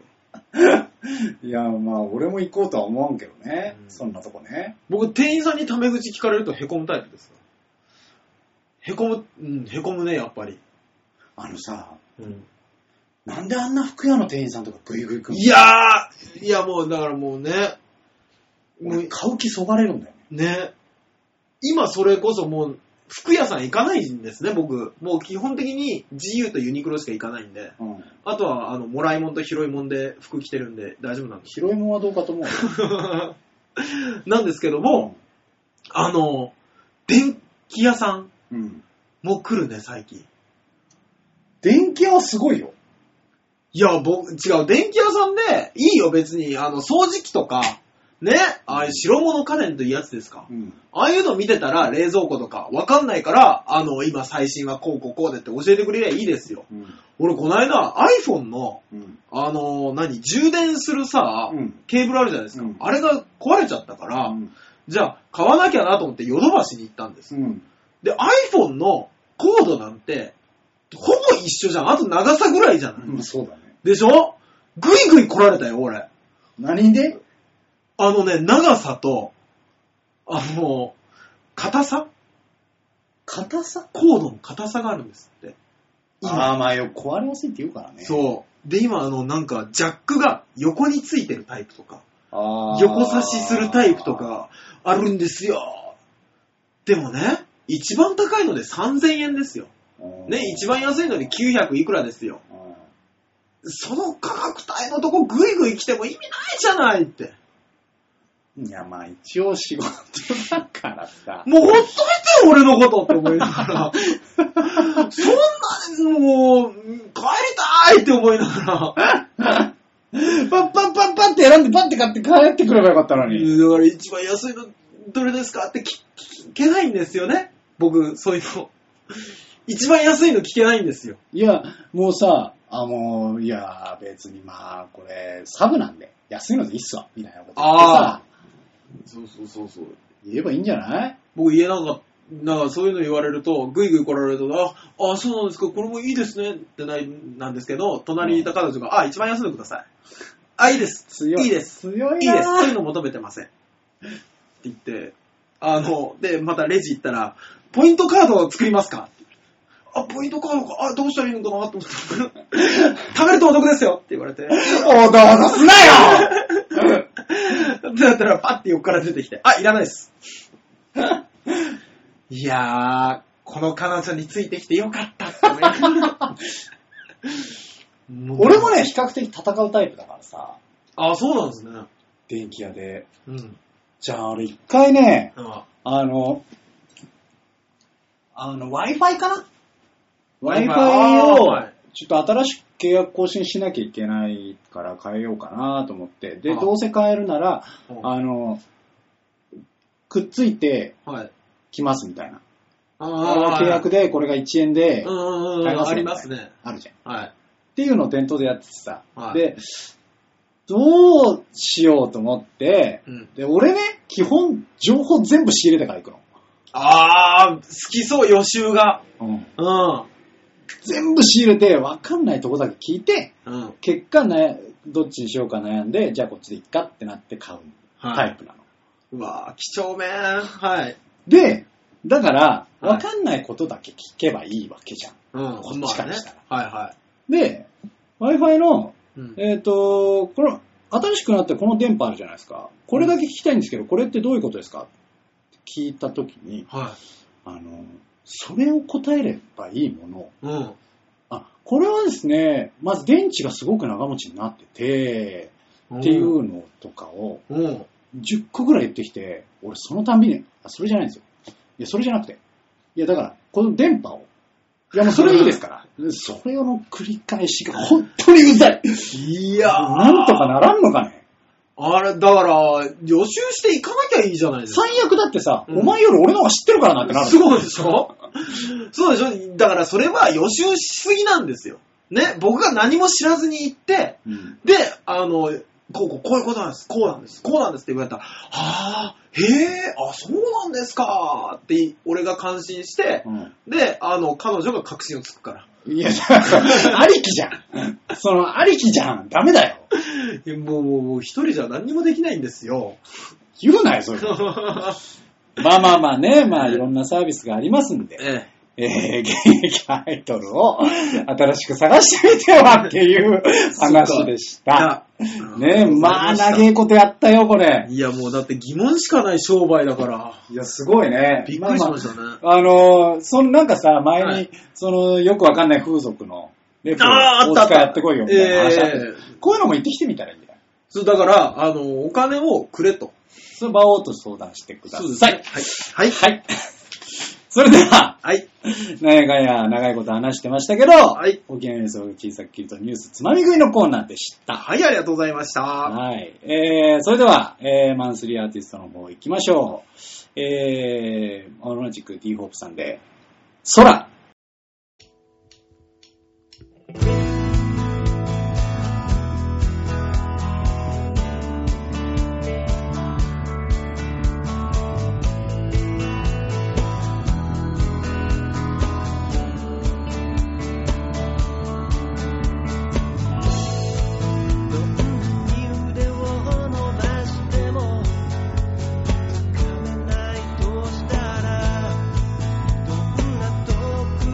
S3: いや、まあ、俺も行こうとは思わんけどね
S2: うん
S3: んなとこね。
S2: 僕、店員さんにタメ口聞かれると凹むタイプですから。凹む、うん、凹むね、やっぱり。
S3: あのさ、
S2: うん、
S3: なんであんな服屋の店員さんとかグイグイ来る
S2: いやー、いやもう、だからもうね、も
S3: の
S2: う
S3: 買う気そがれるんだよね。
S2: ね、今それこそもう、服屋さん行かないんですね、僕。もう基本的に GU とユニクロしか行かないんで。
S3: うん。
S2: あとは、あの、もらいもんと拾いもんで服着てるんで大丈夫なんです
S3: 広いもんはどうかと思うよ。
S2: なんですけども、あの、電気屋さん
S3: うん。
S2: も来るね、最近。
S3: 電気屋はすごいよ。
S2: いや、僕、違う、電気屋さんで、いいよ、別に、あの、掃除機とか、ね、ああいう白物家電というやつですか。
S3: ん。
S2: ああいうの見てたら、冷蔵庫とか、わかんないから、あの、今最新はこうこうこうでって教えてくれりゃいいですよ。
S3: うん。
S2: 俺、こないだ iPhone の、
S3: うん。
S2: あの、何、充電するさ、
S3: うん
S2: ケーブルあるじゃないですか。
S3: うん
S2: あれが壊れちゃったから、じゃあ、買わなきゃなと思ってヨドバシに行ったんです。
S3: うん。
S2: で、iPhone のコードなんて、ほぼ一緒じゃん。あと長さぐらいじゃない。
S3: まあ、そうだね。
S2: でしょぐいぐい来られたよ、俺。
S3: 何で
S2: あのね、長さと、あの、硬さ
S3: 硬さ
S2: コードの硬さがあるんですって。
S3: ああ、まあよ、壊れやすいって言うからね。う。
S2: そう。で、今、あの、なんか、ジャックが横についてるタイプとか、
S3: あー
S2: 横差しするタイプと。か、あるんですよ。でもね、一番高いので3000円ですよ。
S3: うん
S2: ね、一番安いので900いくらですよ。
S3: うん
S2: その価格帯のとこぐいぐい来ても意味ないじゃないって。
S3: いや、まあ一応仕事だから さ。
S2: もうほっといてよ、俺のことって思いなが ら。そんな、もう、帰りたいって思いながら。
S3: パッパッパッパって選んで、パッて買って帰ってくればよかったのに。
S2: だから一番安いのどれですかって聞聞聞けないんですよね。僕、そういうの。一番安いの聞けないんですよ。
S3: いや、もうさ、あもう、いや、別にまあ、これ、サブなんで、安いのでいいっすわ、みたいなこと言って
S2: あ
S3: さ、
S2: そうそうそうそう。
S3: 言えばいいんじゃない
S2: 僕家なんか、なんかそういうの言われると、ぐいぐい来られると、あ、あ、そうなんですか、これもいいですねってない、なんですけど、隣にいた彼女が、あ、一番安いのください。あ、いいです。
S3: 強い。
S2: いいです。
S3: 強い
S2: いい
S3: な
S2: です。そういうの求めてません。って言って、あの、で、またレジ行ったら、ポイントカードを作りますかあ、ポイントカードか。あ、どうしたらいいのかなと思って。 食べるとお得ですよって言われて。
S3: おどおどすなよ
S2: ってなったら、パッて横から出てきて、あ、いらないです。 いやー、この彼女についてきてよかったっす ね
S3: 俺もね、比較的戦うタイプだからさ、
S2: あ、そうなんですね。
S3: 電気屋で。
S2: うん。
S3: じゃあ、俺一回ね、
S2: あ
S3: あの、あの、Wi-Fi かな
S2: Wi-Fi
S3: ?Wi-Fi を
S2: はい、
S3: ちょっと新しく契約更新しなきゃいけないから変えようかなと思って。で、
S2: あ
S3: どうせ変えるなら、
S2: うん
S3: あの、くっついて
S2: はい。
S3: きますみたいな。
S2: あー
S3: 契約でこれが1円で
S2: うんうんうん、
S3: 買えますよ
S2: ありますね。
S3: あるじゃん。っ
S2: はい。
S3: ていうのを店頭でやっててさ。
S2: はい
S3: で、どうしようと思って、
S2: うん
S3: で、俺ね、基本情報全部仕入れてから行く
S2: あー、好きそう、予習が。
S3: の。うん
S2: うん。
S3: 全部仕入れて、わかんないとこだけ聞いて、
S2: うん。
S3: 結果ね、どっちにしようか悩んで、じゃあこっちでいっかってなって買うタイ。プなの。
S2: うわー、貴重めー。はい。
S3: で、だから、
S2: はい
S3: わかんないことだけ聞けばいいわけじゃん。
S2: うん、
S3: こっちからしたら
S2: まあねはいは
S3: で、Wi-Fi の、
S2: い。うん
S3: えっ、と、この、新しくなってこの電波あるじゃないですか。これだけ聞きたいんですけど、これってどういうことですかって聞いたときに、
S2: は
S3: あの、それを答えればいいものを、
S2: い。うん。
S3: あ、これはですね、まず電池がすごく長持ちになってて、
S2: うん
S3: ってい。うのとかを
S2: うん。
S3: 10個ぐらい言ってきて、俺そのたんびに、あ、それじゃないんですよ。いや、それじゃなくて。いや、だから、この電波を。いや、もうそれいいですから。 それの繰り返しが本当にうざい。
S2: いやー。
S3: なんとかならんのかね。
S2: あれ、だから、予習していかなきゃいいじゃないですか。
S3: 最悪だってさ、
S2: うん
S3: お前より俺の方が知ってるからなってなる。
S2: そうでしょ そうでしょだからそれは予習しすぎなんですよ。ね、僕が何も知らずに行って、
S3: うん
S2: で、あの、こうこう、こういうことなんです、こうなんです、こうなんですって言われたら、はぁ、へぇ、あ、そうなんですかって、俺が感心して、で、あの、彼女が確信をつくから。
S3: いや、だからありきじゃん。その、ありきじゃん。ダメだよ。
S2: いやもう、もう、もう一人じゃ何にもできないんです よ。
S3: 言うなよ、それ。まあまあまあね、まあいろんなサービスがありますんで。
S2: え
S3: えー、現役アイドルを新しく探してみてはっていう話でした。ねまあ、長
S2: げ
S3: いことやったよ、これ。
S2: いや、もうだって疑問しかない商売だから。
S3: いや、すごいね
S2: びっくりしましたね。
S3: あのー、そのなんかさ、前に、
S2: はい
S3: その、よくわかんない風俗の、レポを
S2: あーあったあ
S3: 大
S2: った
S3: 塚やってこいよ、みたいな話あったじゃん
S2: ええ
S3: こういうのも行ってきてみたらいいんだよ。
S2: そう、だから、あの、お金をくれと。
S3: その場をと相談してください。
S2: ねはい。はい。
S3: はい。 それでは、
S2: はい。
S3: なんやかんや 長いこと話してましたけど、
S2: い
S3: 沖縄ニュースを小さく切るとニュースつまみ食いのコーナーでした。
S2: はい、ありがとうございました。
S3: はい。えー、それでは、えー、マンスリーアーティストの方行きましょう。えー、同じく D ホープさんで、空
S1: どんな腕を伸ばしても掴めないとしたらどん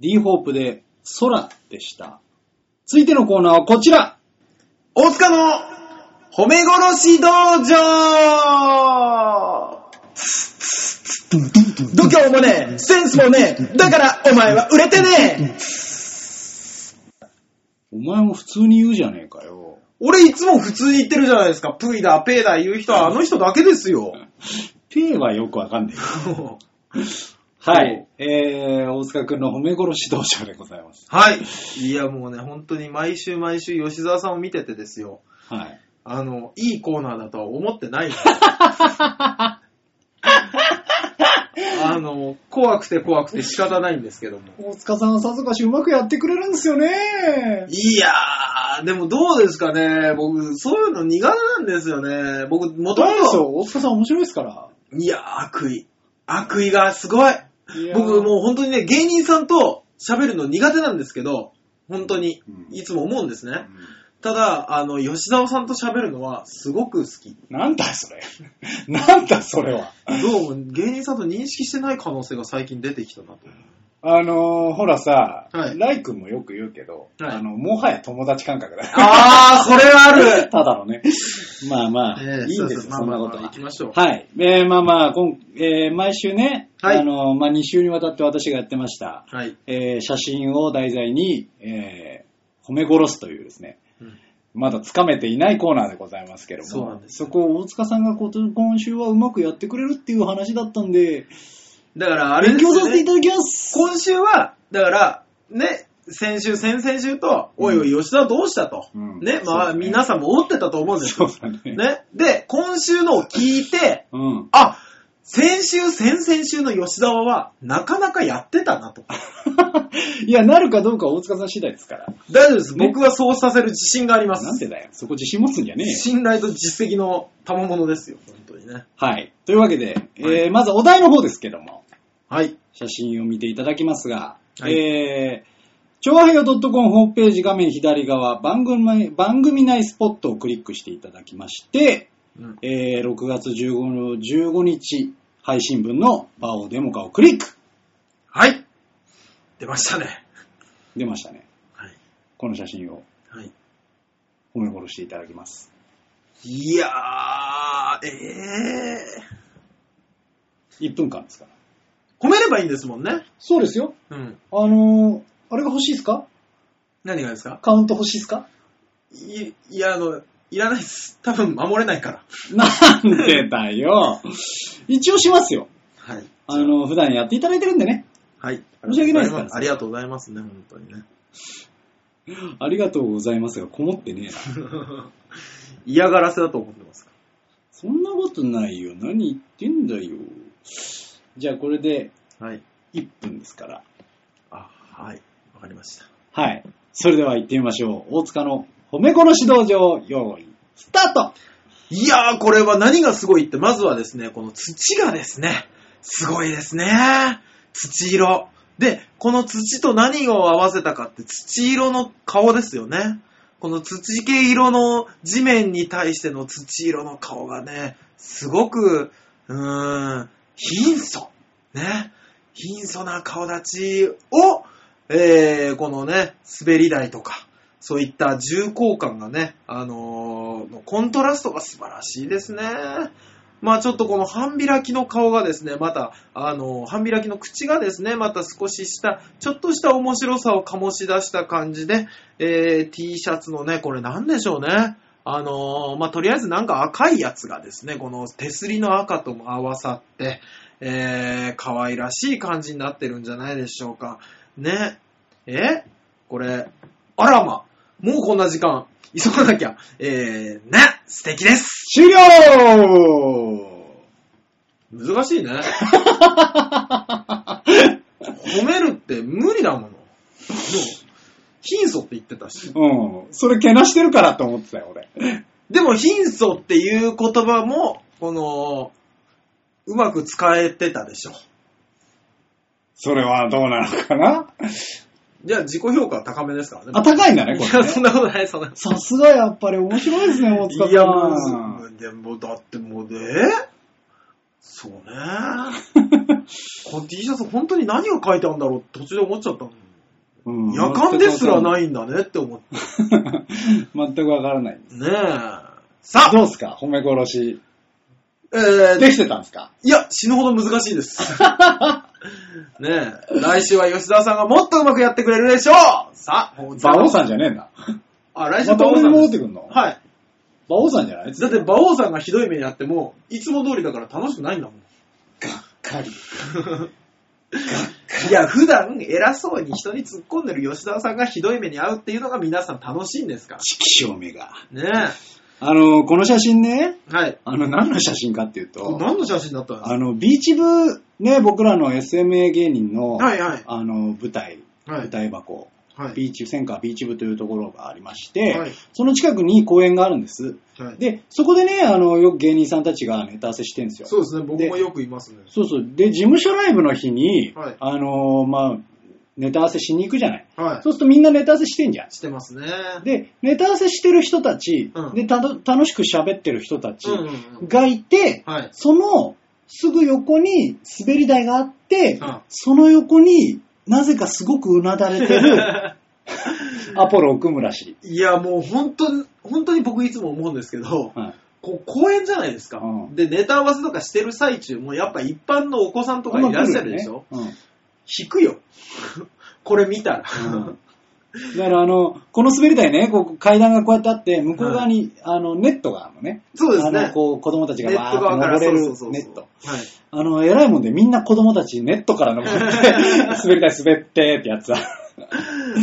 S3: D ホープで空でした。続いてのコーナーはこちら
S2: 大塚の褒め殺し道場度胸もねえ、センスもねえ、だからお前は売れてねえ
S3: お前も普通に言うじゃねえかよ。
S2: 俺いつも普通に言ってるじゃないですか。プイだ、ペーだ言う人はあの人だけですよ。
S3: P はよくわかんない。はい。えー、大塚くんの褒め殺し道場でございます。
S2: はい。いやもうね、本当に毎週毎週吉沢さんを見ててですよ。
S3: はい。
S2: あの、いいコーナーだとは思ってない。あの、怖くて怖くて仕方ないんですけども。
S3: 大塚さんはさぞかしうまくやってくれるんですよね。
S2: いやー、でもどうですかね。僕、そういうの苦手なんですよね。僕、もと
S3: どうで
S2: も
S3: すよ
S2: と、
S3: 大塚さん面白いですから。
S2: いやー、悪意。悪意がすごい。僕、もう本当にね、芸人さんと喋るの苦手なんですけど、本当に
S3: うん、
S2: いつも思うんです
S3: う
S2: ね。
S3: ん。
S2: ただ、あの、吉沢さんと喋るのはすごく好き。
S3: なんだそれ。 なんだそれは。
S2: どうも、芸人さんと認識してない可能性が最近出てきたなと。
S3: あのー、ほらさ、
S2: はい
S3: ライ君もよく言うけど、
S2: はい
S3: あの、もはや友達感覚だよ。
S2: あー、それはある
S3: ただのね。まあまあ、
S2: ええ
S3: いいんで
S2: そう
S3: す
S2: そう
S3: よ、
S2: まあ
S3: そんなこ
S2: まあ
S3: と
S2: まあ
S3: は
S2: 行。きましょう。
S3: はい。えー、まあまあ、今えー毎週ね、
S2: はい
S3: あのー、まあ2週にわたって私がやってました、
S2: はい。
S3: えー写真を題材に、えー褒め殺すというですね、
S2: うん
S3: まだつかめていないコーナーでございますけれども、
S2: そうなんです
S3: こを大塚さんがこと今週はうまくやってくれるっていう話だったんで、
S2: だから、あれ
S3: 勉
S2: ですよ
S3: 強
S2: ね
S3: させていただきます
S2: 今週は、だから、ね、先週、先々週と、おいおい、吉田どうしたと。
S3: うん
S2: ね、
S3: そう
S2: ま
S3: だ
S2: あ、
S3: ね
S2: 皆さんも思ってたと思うんですよ。
S3: だね
S2: ね。で、今週のを聞いて、
S3: うん。
S2: あ、先週、先々週の吉沢は、なかなかやってたなと。
S3: いや、なるかどうかは大塚さん次第ですから。
S2: 大丈夫です。
S3: ね
S2: 僕はそうさせる自信があります。
S3: なんでだよ。そこ自信持つんじゃねえよ。
S2: 信頼と実績の賜物ですよ、本当にね。
S3: はい。というわけで、えーまずお題の方ですけども、
S2: はい。
S3: 写真を見ていただきますが、
S2: はい
S3: えー、超和平洋 .com ホームページ画面左側、番組、番組内スポットをクリックしていただきまして、
S2: うん
S3: えー、6月15日15日配信分のバオデモカをクリック
S2: はい。出ましたね。
S3: 出ましたね。
S2: はい。
S3: この写真を
S2: はい。
S3: 褒め殺していただきます。
S2: いやー、えー。
S3: 1分間ですから。
S2: 褒めればいいんですもんね。
S3: そうですよ。
S2: うん。
S3: あのー、あれが欲しいですか
S2: 何がですか
S3: カウント欲しいですか
S2: いいや、あの、いらないです。多分守れないから。
S3: なんでだよ。一応しますよ。
S2: はい。
S3: あの、普段やっていただいてるんでね。
S2: はい。
S3: 申し訳ないですから
S2: ありがとうございますね、本当にね。
S3: ありがとうございますが、こもってねえな。
S2: 嫌がらせだと思ってますか
S3: そんなことないよ。何言ってんだよ。じゃあ、これで
S2: ら。はい。
S3: 1分ですから。
S2: あ、はい。わかりました。
S3: はい。それでは行ってみましょう。大塚の褒め殺し道場、用意、スタート
S2: いやー、これは何がすごいって、まずはですね、この土がですね、すごいですね。土色。で、この土と何を合わせたかって、土色の顔ですよね。この土系色の地面に対しての土色の顔がね、すごく、うーん、貧相。ね。貧相な顔立ちを、えー、このね、滑り台とか、そういった重厚感がね、あのーコントラストが素晴らしいですね。まあちょっとこの半開きの顔がですね、また、あのー半開きの口がですね、また少しした、ちょっとした面白さを醸し出した感じで、えー、T シャツのね、これなんでしょうね。あのーまあとりあえずなんか赤いやつがですね、この手すりの赤とも合わさって、えー、可愛らしい感じになってるんじゃないでしょうか。ね。えこれ、あらま、もうこんな時間、急がなきゃ。えー、ね、素敵です。
S3: 終了
S2: 難しいね。 褒めるって無理だもの。もう、貧相って言ってたし。
S3: うん。それ、けなしてるからと思ってたよ、俺。
S2: でも、貧相っていう言葉も、この、うまく使えてたでしょ。
S3: それはどうなのかな
S2: じゃあ、自己評価は高めですからね。
S3: あ、高いんだね、こ
S2: いや、
S3: れ、
S2: そん
S3: ね。
S2: なことない、そんな。
S3: さすがやっぱり面白いですね、大塚さん。
S2: いや、もう、でも、だってもうね、そうね。この T シャツ本当に何が書いてあるんだろうって途中で思っちゃったの。
S3: うん
S2: 夜間ですらないんだねって思って。
S3: 全くわからない。
S2: ねえ。さ
S3: ど
S2: あ
S3: うですか褒め殺し。
S2: えー
S3: できてたんですか
S2: いや、死ぬほど難しいです。 ねえ、来週は吉沢さんがもっとうまくやってくれるでしょうさあ、
S3: 馬王さん
S2: ん。
S3: じゃねえんだ。
S2: あ、来週
S3: また
S2: 馬王
S3: 俺
S2: さ
S3: に
S2: んで
S3: 戻って
S2: す。
S3: くんの
S2: はい。
S3: 馬王さんじゃない
S2: だって馬王さんがひどい目にあっても、いつも通りだから楽しくないんだもん。
S3: かり。
S2: いや、普段偉そうに人に突っ込んでる吉沢さんがひどい目に遭うっていうのが皆さん楽しいんですか
S3: チキショメが。
S2: ら。ね
S3: あの、この写真ね、
S2: え。はい。
S3: あの、何の写真かっていう
S2: ことれ、何の写真だったんです
S3: あの、ビーチ部、ね、僕らの SMA 芸人の、
S2: かはいはい。
S3: あの、舞台、
S2: はい
S3: 舞台箱、
S2: はい。
S3: ビーチ、センカービーチ部というところがありまして、
S2: はい
S3: その近くに公園があるんです。
S2: はい
S3: で、そこでね、あの、よく芸人さんたちがネタ合わせしてるんですよ。
S2: そうですね、僕もよく言いますね。
S3: そうそう。で、事務所ライブの日に、
S2: はい
S3: あのーまあ、ネタ合わせしに行くじゃない。
S2: は
S3: そうするとみんなネタ合わせしてんじゃん
S2: い。。してますね。
S3: で、ネタ合わせしてる人たち、
S2: うん
S3: でたの楽しく喋ってる人たち
S2: うんうんうん
S3: がいて、
S2: はい
S3: そのすぐ横に滑り台があって、
S2: うん
S3: その横になぜかすごくうなだれてる アポロ奥村氏。
S2: いや、もう本当に、本当に僕いつも思うんですけど、
S3: はい
S2: こう公園じゃないですか、
S3: うん
S2: で、ネタ合わせとかしてる最中、もうやっぱ一般のお子さんとかいらっしゃるでしょ、
S3: まあ来るよね
S2: 引くよ。 これ見たら。
S3: うんうんだからあの、この滑り台ね、こう階段がこうやってあって、向こう側に、あのネットがあるのね。
S2: そうです
S3: あ
S2: ね
S3: の、。こう子供たち が
S2: ネ
S3: わ
S2: ッ
S3: ー
S2: ト
S3: っと
S2: 側から、
S3: 登れ
S2: そう
S3: る
S2: そうそうそう。
S3: ネット。
S2: はい。
S3: あの、偉いもんでみんな子供たちネットから 登って、滑り台滑ってってやつは。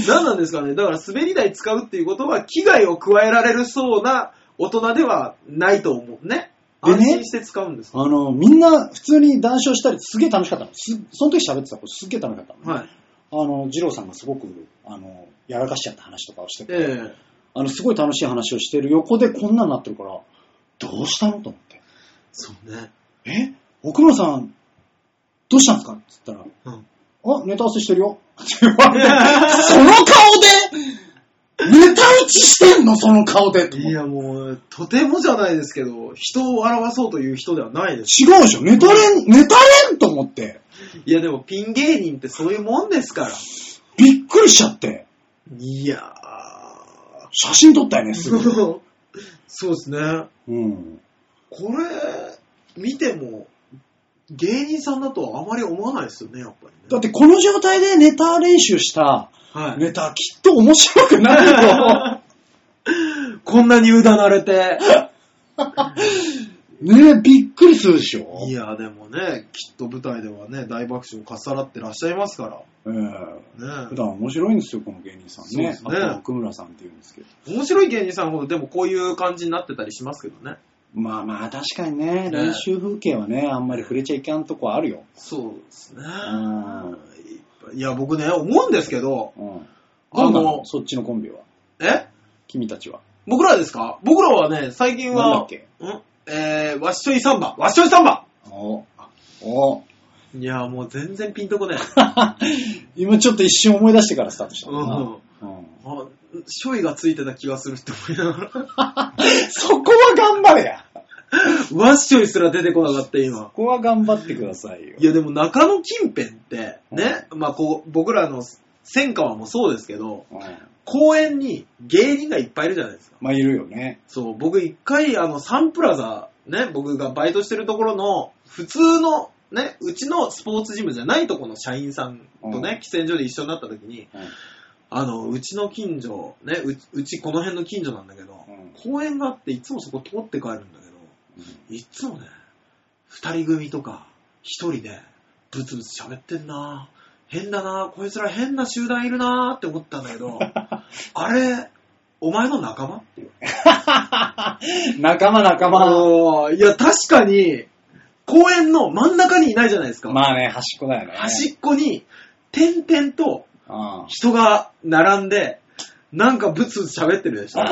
S2: 何なんですかねだから滑り台使うっていうことは、危害を加えられるそうな大人ではないと思うね。
S3: で
S2: 安
S3: ね
S2: 心して使うんですか、
S3: あの、みんな普通に談笑したりすげえ楽しかったの。すその時喋ってたことすっげえ楽しかったの。
S2: はい。
S3: あの、二郎さんがすごく、あの、やらかしちゃった話とかをしてて、
S2: ええ
S3: あの、すごい楽しい話をしてる横でこんなになってるから、どうしたのと思って。
S2: そうね。
S3: え奥村さん、どうしたんですかって言ったら、
S2: うん。
S3: あ、ネタ合わせしてるよ。って言われて、その顔で、ネタ打ちしてんのその顔で。と思
S2: い
S3: って
S2: やもう、とてもじゃないですけど、人を表そうという人ではないです。
S3: 違うでしょネタ練、ネタ練と思って、
S2: いやでもピン芸人ってそういうもんですから。
S3: びっくりしちゃって、
S2: いや
S3: 写真撮ったよね、
S2: ー。
S3: す
S2: そ
S3: ぐ。
S2: うですね。
S3: うん。
S2: これ、見ても、芸人さんだとはあまり思わないですよね、やっぱり
S3: だっ
S2: ね。
S3: てこの状態でネタ練習した
S2: はい。
S3: ネタきっと面白く ないよ。
S2: こんなにうだなれて。
S3: ねえ、びっくりするでしょ
S2: いや、でもね、きっと舞台ではね、大爆笑をかっさらってらっしゃいますか
S3: ええ
S2: ら。
S3: 普
S2: ね、
S3: 段面白いんですよ、この芸人さん
S2: そうで
S3: ね。
S2: す
S3: あ
S2: ね
S3: と奥村さんって言うんですけど。
S2: 面白い芸人さんほどでもこういう感じになってたりしますけどね。
S3: まあまあ、確かにね、
S2: ね
S3: 練習風景はね、あんまり触れちゃいかんとこあるよ。
S2: そうですね。
S3: ん
S2: いや、僕ね、思うんですけど、
S3: うん。
S2: あの
S3: どうなのそっちのコンビは。
S2: え
S3: 君たちは。
S2: 僕らですか僕らはね、最近は、
S3: なんだっけ
S2: んえー、わっしょいサンバわっしょいサンバ
S3: おお
S2: いや、もう全然ピンとこね
S3: 今ちょっと一瞬思い出してからスタートした
S2: え。
S3: のかな。うん
S2: あ、しょいがついてた気がするって思いながら。
S3: そこは頑張れや。
S2: わっしょいすら出てこなかった、今
S3: そ。こは頑張ってくださいよ
S2: い。や、でも中野近辺って、ね、まあこう、僕らの戦火はもそうですけど、
S3: うん
S2: 公園に芸人がいっぱいいるじゃないですか。
S3: まあ、いるよね。
S2: そう、僕一回、あの、サンプラザ、ね、僕がバイトしてるところの、普通の、ね、うちのスポーツジムじゃないところの社員さんと
S3: う
S2: ね、喫煙所で一緒になった時に、あの、うちの近所、ね、ううちこの辺の近所なんだけど、
S3: うん
S2: 公園があっていつもそこ通って帰るんだけど、
S3: う
S2: いつもね、二人組とか、一人で、ブツブツ喋ってんな変だなこいつら変な集団いるなって思ったんだけ ど、あれ、お前の仲間っていう。
S3: ん 仲間仲間。
S2: あーいや、確かに、公園の真ん中にいないじゃないですか。
S3: まあね、端っこだよね。
S2: 端っこに、点々と
S3: うん
S2: 人が並んで、なんかブツブツ喋ってる でしょ。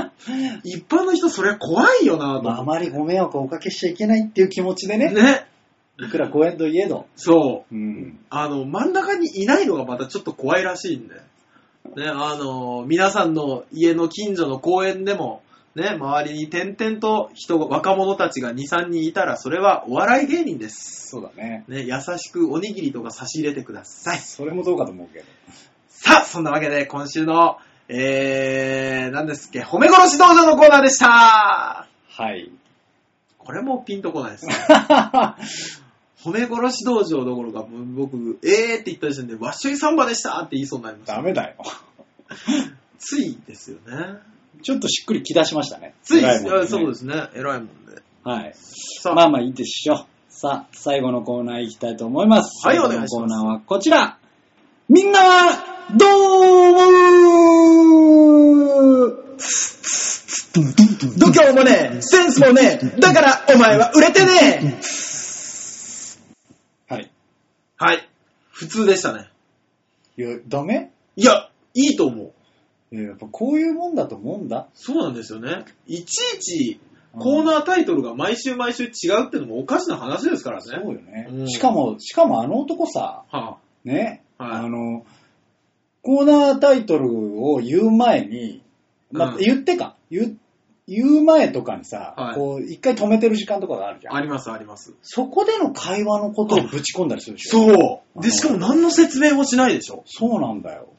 S2: 一般の人そりゃ怖いよなと
S3: まあ、あ
S2: 思っ
S3: まりご迷惑をおかけしちゃいけないっていう気持ちで
S2: て。
S3: ね、
S2: ね。
S3: いくら公園といえど。
S2: そう。
S3: うん。
S2: あの、真ん中にいないのがまたちょっと怖いらしいんで。ね、あの、皆さんの家の近所の公園でも、ね、周りに点々と人が、若者たちが2、3人いたら、それはお笑い芸人です。
S3: そうだね。
S2: ね、優しくおにぎりとか差し入れてください。
S3: それもどうかと思うけど。
S2: さあ、そんなわけで今週の、えー、何ですっけ、褒め殺し道場のコーナーでした
S3: はい。
S2: これもピンとこないですね。褒め殺し道場どころか、僕、えーって言った時点で、わっしょいサンバでしたって言いそうになりました。
S3: ダメだよ。
S2: ついですよね。
S3: ちょっとしっくりきだしましたね。
S2: つい、
S3: 偉もん
S2: あそうですね。偉いもんで。
S3: はい。
S2: さあ、
S3: まあまあいいでしょう。さあ、最後のコーナー行きたいと思います。
S2: はい
S3: 最後
S2: お願
S3: の
S2: いし
S3: コ
S2: ま
S3: ー
S2: す
S3: ナーはこちら。みんな、どう思う
S2: 度胸もねえ、センスもねえ、だからお前は売れてねえ
S3: はい。
S2: はい。普通でしたね。
S3: いや、ダメ
S2: いや、いいと思う。
S3: いややっぱこういうもんだと思うんだ。
S2: そうなんですよね。いちいち、コーナータイトルが毎週毎週違うってのもおかしな話ですからね。
S3: そうよね、
S2: うん
S3: しかも、しかもあの男さ、
S2: は
S3: ね、
S2: はい
S3: あの、コーナータイトルを言う前に、まあ
S2: うん
S3: 言ってか、言う、言う前とかにさ、
S2: はい
S3: こう、一回止めてる時間とかがあるじゃ
S2: あ、
S3: ん。
S2: ありますあります。
S3: そこでの会話のことをぶち込んだりするでし
S2: そう。
S3: ょ。あの
S2: で、しかも何の説明もしないでしょ。
S3: そうなんだよ。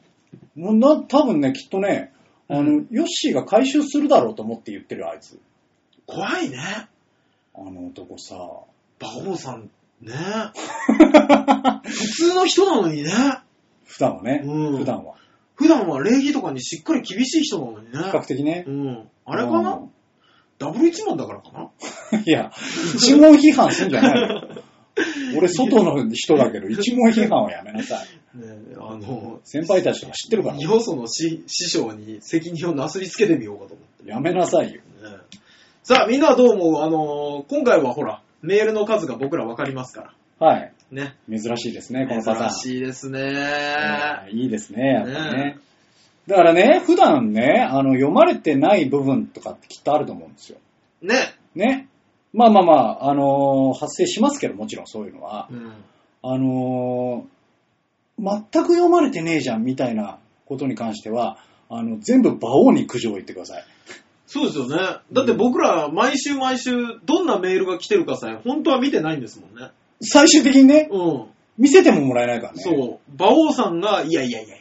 S3: もうな、多分ね、きっとね、あの、
S2: うん
S3: ヨッシーが回収するだろうと思って言ってるよあいつ。
S2: 怖いね。
S3: あの男さ。
S2: バオさん、 ね。普通の人なのにね。
S3: 普段はね、
S2: うん
S3: 普段は。
S2: 普段は礼儀とかにしっかり厳しい人なのに
S3: 比較
S2: ね。
S3: 的ね
S2: う。ん。あれかな、
S3: うん
S2: ダブル一問だからかない
S3: や、一問批判すんじゃないよ。俺、外の人だけど、一問批判はやめなさい。
S2: ねあ の、
S3: 先輩たちとか知ってるから、
S2: よその師師匠に責任をなすりつけてみようかと思って。
S3: やめなさい
S2: ね
S3: よ。
S2: さあ、みんなはどう思うあのー今回はほら、メールの数が僕らわかりますから。
S3: はい。
S2: ね。
S3: 珍しいですね、このパター
S2: 珍
S3: ン。
S2: しいですね。
S3: えーいいですね、やっぱね。
S2: ね
S3: だからね、普段ね、あの、読まれてない部分とかってきっとあると思うんですよ。
S2: ね。
S3: ね。まあまあまあ、あのー発生しますけど、もちろんそういうのは。
S2: うん。
S3: あのー全く読まれてねえじゃん、みたいなことに関しては、あの、全部馬王に苦情を言ってください。
S2: そうですよね。だって僕ら、毎週毎週、どんなメールが来てるかさえ、本当は見てないんですもんね。
S3: 最終的にね、
S2: うん。
S3: 見せてももらえないからね。
S2: そう。馬王さんが、いやいやいやいや、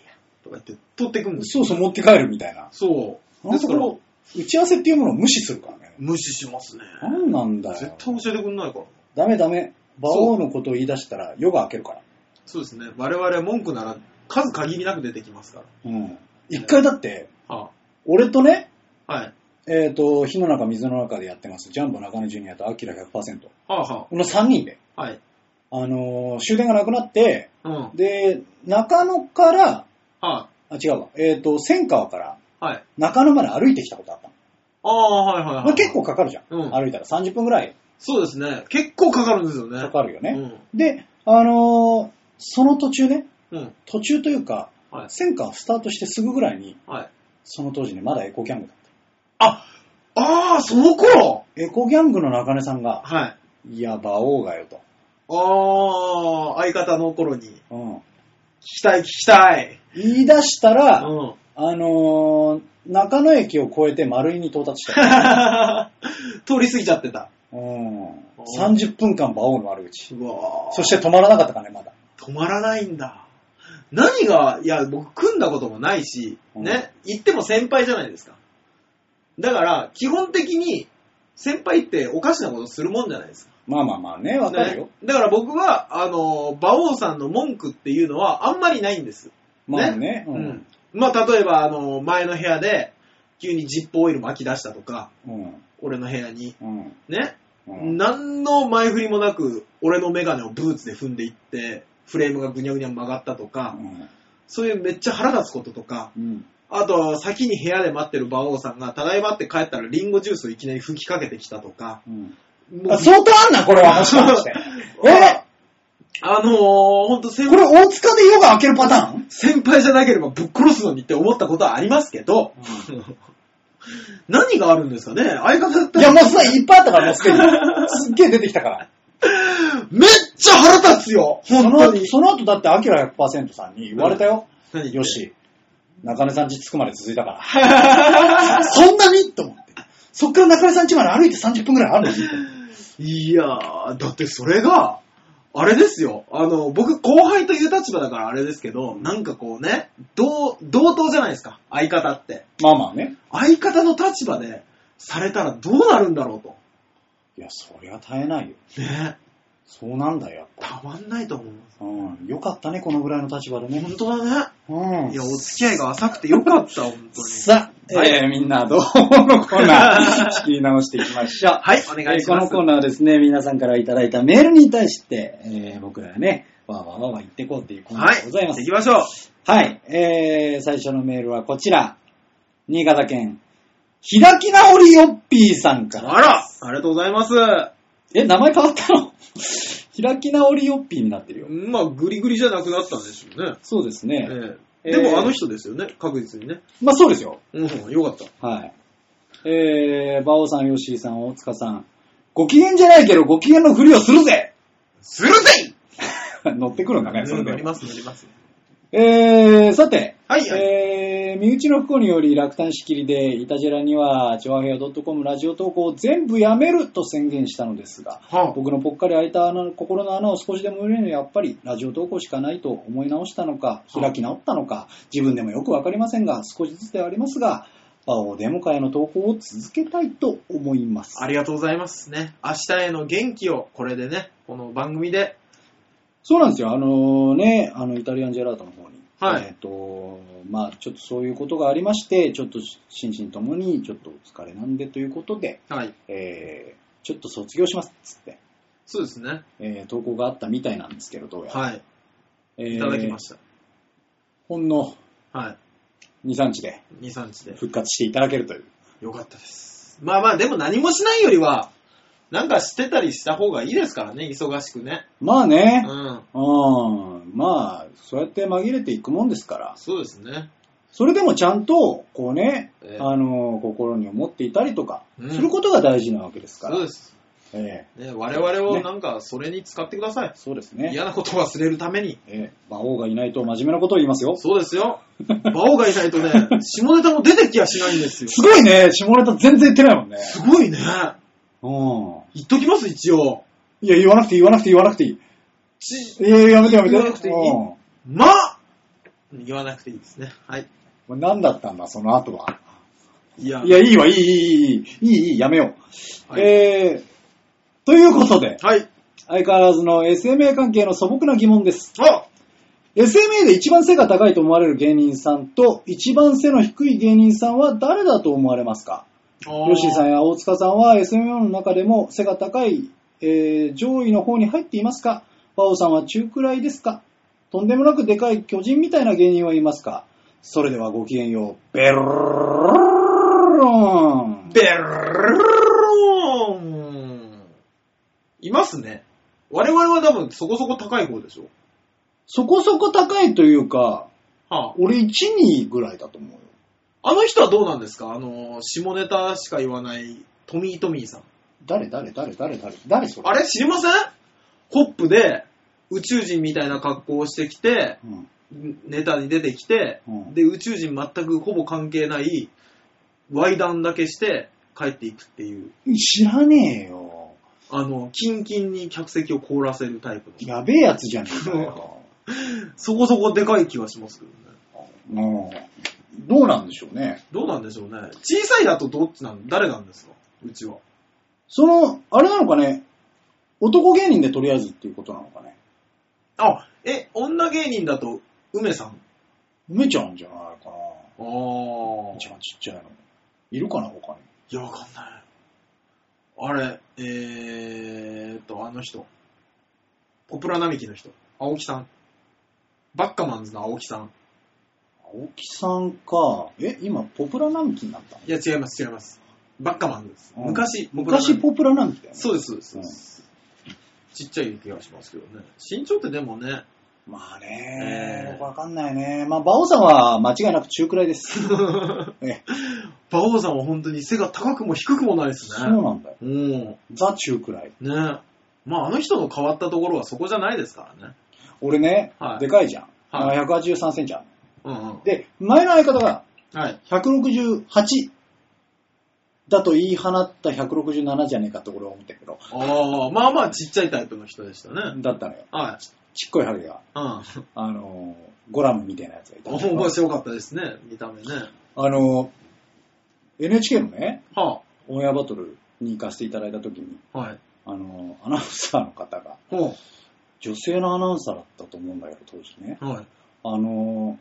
S2: とか言って、取ってくんです
S3: そ
S2: よ。
S3: うそう、持って帰るみたいな。
S2: そう。
S3: なん
S2: です
S3: か
S2: から、
S3: こう、打ち合わせっていうものを無視するからね。
S2: 無視しますね。
S3: なんなんだよ。
S2: 絶対教えてくんないから。
S3: ダメダメ。馬王のことを言い出したら、夜が明けるから。
S2: そうですね。我々文句なら、数限りなく出てきますか
S3: うん。一回だって、
S2: ら。は
S3: 俺とね、
S2: あ、はい。
S3: えっ、と、火の中、水の中でやってます、ジャンボ中根ジュニアとアキラ100%。こ
S2: はあ、は
S3: の3人で、
S2: あ、はい。
S3: あのー終電がなくなって、
S2: うん。は
S3: で、中野から、
S2: あ、
S3: あ、違うわ、えっ、と、千川から
S2: はい。
S3: 中野まで歩いてきたことあったの。
S2: ああ、はいはい、
S3: ま
S2: は
S3: あ
S2: い。
S3: 結構かかるじゃん。
S2: うん
S3: 歩いたら30分ぐらい
S2: そうですね。結構かかるんですよね。
S3: かかるよね。
S2: うん
S3: で、あのーその途中ね、
S2: うん。
S3: 途中というか、
S2: はい。
S3: 戦火スタートしてすぐぐらいに、
S2: はい。
S3: その当時ね、まだエコギャングだっ
S2: あ、ああ、その頃
S3: た。エコギャングの中根さんが、
S2: はい。
S3: いや、馬王がよと。
S2: ああ、相方の頃に。聞
S3: うん。
S2: きたい、聞きたい。
S3: 言い出した
S2: う
S3: ら、
S2: ん。
S3: あのー中野駅を越えて丸井に到達した。
S2: 通り過ぎちゃってた。
S3: うん。
S2: お
S3: 30分間馬王の悪口。
S2: うわー
S3: そして止まらなかったからね、まだ。
S2: 止まらないんだ。何が、いや、僕、組んだこともないし、
S3: うん
S2: ね、言っても先輩じゃないですか。だから、基本的に、先輩っておかしなことするもんじゃないですか。
S3: まあまあまあね、わかるよ。
S2: ねだから僕は、あの、馬王さんの文句っていうのはあんまりないんです。
S3: まあね。
S2: うん。まあ、例えば、あの、前の部屋で、急にジップオイル巻き出したとか、
S3: うん。
S2: 俺の部屋に、
S3: うん。
S2: ね、
S3: うん。
S2: 何の前振りもなく、俺のメガネをブーツで踏んでいって、フレームがぐにゃぐにゃ曲がったとか、そういうめっちゃ腹立つこととか、
S3: うん。
S2: あとは先に部屋で待ってる馬王さんが、ただいまって帰ったらリンゴジュースをいきなり吹きかけてきたとか、
S3: うん。
S2: も
S3: あ
S2: う
S3: 相当あんな、これは。もしか して。え
S2: あのー、ほんと先
S3: これ大塚で夜が明けるパターン
S2: 先輩じゃなければぶっ殺すのにって思ったことはありますけ ど、何があるんですかね相方だった
S3: い
S2: ら
S3: や、もうすでにいっぱいあったから、も うすでに。すっげえ出てきたから。
S2: めっちゃ腹立つよ
S3: そ
S2: 本
S3: の
S2: 当
S3: 後
S2: に、
S3: その後だって、アキラ100%さんに言われたよ。
S2: 何言って
S3: よし、中根さん家着くまで続い たから。そんなにと思って。そっから中根さん家まで歩いて30分くらいあるの
S2: いやー、だってそれが、あれですよ。あの、僕、後輩という立場だからあれですけど、なんかこうね、同、同等じゃないですか、相方って。
S3: まあまあね。
S2: 相方の立場でされたらどうなるんだろうと。
S3: いや、そりゃ耐えないよ。
S2: ね
S3: そうなんだよ、やっぱ。
S2: たまんないと思う。
S3: うん。よかったね、このぐらいの立場でね。
S2: 本当だね。
S3: うん。
S2: いや、お付き合いが浅くてよかった、本当に。
S3: さあ、
S2: はい
S3: えーみんなどうのコ ーナー、仕切り直していきましょう。
S2: はい、お
S3: え
S2: 願い
S3: ー
S2: し
S3: こ
S2: ま
S3: の
S2: す。
S3: コーナーはですね、皆さんからいただいたメールに対して、えー僕らがね、わーわーわーわー言ってこうっていうコーナーでございま
S2: はい、行
S3: す
S2: き。ましょう。
S3: はい、えー、最初のメールはこちら。新潟県、開き直りよっぴーさんから。
S2: あら、ありがとうございます。
S3: え、名前変わったの 開き直りよっぴーになってるよ。
S2: まあ、グリグリじゃなくなったんでしょうね。
S3: そうですね。
S2: え
S3: え
S2: え
S3: ー
S2: でもあの人ですよね、確実にね。
S3: まあそうですよ。
S2: うん、よかった。
S3: はい。えー、馬王さん、ヨッシーさん、大塚さん。ご機嫌じゃないけど、ご機嫌のふりをするぜ
S2: するぜ
S3: 乗ってくるんだね、それ
S2: 乗
S3: で
S2: り。ます、乗ります。
S3: えー、さて、
S2: はいはい
S3: えー、身内の不幸により落胆しきりで、イタジェラには、チョアヘア .com ラジオ投稿を全部やめると宣言したのですが、
S2: はあ
S3: 僕のぽっかり開いた穴心の穴を少しでも埋めるにはやっぱりラジオ投稿しかないと思い直したのか、
S2: あ
S3: 開き直ったのか、自分でもよくわかりませんが、少しずつではありますが、バオデモカへの投稿を続けたいと思います。
S2: ありがとうございますね。明日への元気を、これでね、この番組で。
S3: そうなんですよ。あのね、あの、イタリアンジェラートの方に。
S2: はい
S3: えっ、と、まあちょっとそういうことがありまして、ちょっと心身ともに、ちょっとお疲れなんでということで、
S2: はい。
S3: えー、ちょっと卒業しますっつって、
S2: そうですね。
S3: えー、投稿があったみたいなんですけど、どうやら。
S2: はい。
S3: えー
S2: いただきました。
S3: ほんの
S2: はい。
S3: 2、3日で
S2: 2、3日で。
S3: 復活していただけるという。
S2: よかったです。まあまあ、でも何もしないよりは、なんかしてたりした方がいいですからね、忙しくね。
S3: まあ
S2: う
S3: ね、
S2: ん。
S3: うん、まあ、そうやって紛れていくもんですから、
S2: そうですね。
S3: それでもちゃんと、こうね、
S2: ええ
S3: あの、心に思っていたりとか、
S2: うん
S3: することが大事なわけですから。
S2: そうです。
S3: ええ
S2: ね、我々をなんかそれに使ってください。
S3: そうですね。
S2: 嫌なことを忘れるために。
S3: ええ馬王がいないと真面目なことを言いますよ。
S2: そうですよ。馬王がいないとね、下ネタも出てきやしないん ですよ。
S3: すごいね、下ネタ全然言ってないもんね。
S2: すごいね。
S3: う
S2: 言っときます、一応。
S3: ん。いや、言わなくていい、言わなくていい、言わなくていい。
S2: ち
S3: いや、やめてやめて。
S2: 言わなくていい
S3: うん
S2: ま言わなくていいですね。はい。
S3: まあ何だったんだ、その後は。
S2: いや
S3: いや、いいわ、いい、いい、いい、いい、いい、やめよう。
S2: はい
S3: えー、ということで、
S2: はい。
S3: 相変わらずの SMA 関係の素朴な疑問です。
S2: あ
S3: SMA で一番背が高いと思われる芸人さんと、一番背の低い芸人さんは誰だと思われますかヨッシーさん
S2: ん。
S3: や大塚さんは SMA の中でも背が高い、えー上位の方に入っていますかバオさんは中くらいですかとんでもなくでかい巨人みたいな芸人はいますかそれではごきげんよう。ベローン
S2: ベローン。いますね。我々は多分そこそこ高い方でしょ。
S3: そこそこ高いというか、
S2: は
S3: 俺1、2ぐらいだと思うよ。
S2: あ、あの人はどうなんですかあの、下ネタしか言わないトミートミーさん。
S3: 誰誰誰誰誰誰それ
S2: あれ知りませんホップで宇宙人みたいな格好をしてきて、
S3: うん
S2: ネタに出てきて、
S3: うん
S2: で、宇宙人全くほぼ関係ない、ワイダンだけして帰っていくっていう、
S3: 知らねえよ。
S2: あの、キンキンに客席を凍らせるタイプの、
S3: やべえやつじゃねえかよ。
S2: そこそこでかい気がしますけどね。
S3: うんどうなんでしょうね。
S2: どうなんでしょうね。小さいだとどっちなん、誰なんですかうちは。
S3: その、あれなのかね、男芸人でとりあえずっていうことなのかね。
S2: あ、え、女芸人だと、梅さん。
S3: 梅ちゃんじゃないかな。
S2: ああ。
S3: 一番ちっちゃいの。いるかな、他に。
S2: いや、わかんない。あれ、えーっと、あの人。ポプラ並木の人。青木さん。バッカマンズの青木さん。
S3: 青木さんか。え、今、ポプラ並木になったの
S2: いや、違います、違います。バッカマンです。
S3: うん
S2: 昔、
S3: 昔
S2: ポプ
S3: ポプラ並木だよ
S2: ラ並木そ
S3: ね。
S2: うです、そうですそうです。ちっちゃい気がしますけどね。身長ってでも ね、
S3: まあ
S2: え
S3: ね、
S2: え
S3: わかんないね。まあ、馬王さんは間違いなく中くらいです。ね
S2: 馬王さんは本当に背が高くも低くもないです
S3: そう
S2: ね。
S3: なんだよ。
S2: うん。
S3: ザ中くらい。
S2: ねまあ、あの人の変わったところはそこじゃないですからね。
S3: 俺ね、
S2: はい
S3: でかいじゃん。
S2: はい
S3: 183センチある。
S2: うんうん。
S3: で、前の相方が
S2: はい。
S3: 168。だと言い放った167じゃねえかって俺は思ったけど、
S2: ああ、まあまあちっちゃいタイプの人でしたね。
S3: だったのよ。
S2: はい。
S3: ちっこいハゲが、
S2: うん。
S3: あのー、ゴラムみたいなやつがいたの
S2: 面白かったですね、見た目ね。
S3: あのー、NHK のね、
S2: は
S3: オンエアバトルに行かせていただいた時に、
S2: あ、はい。
S3: あのー、アナウンサーの方が、
S2: ほ
S3: 女性のアナウンサーだったと思うんだけど、当時ね。
S2: う。はい。
S3: あの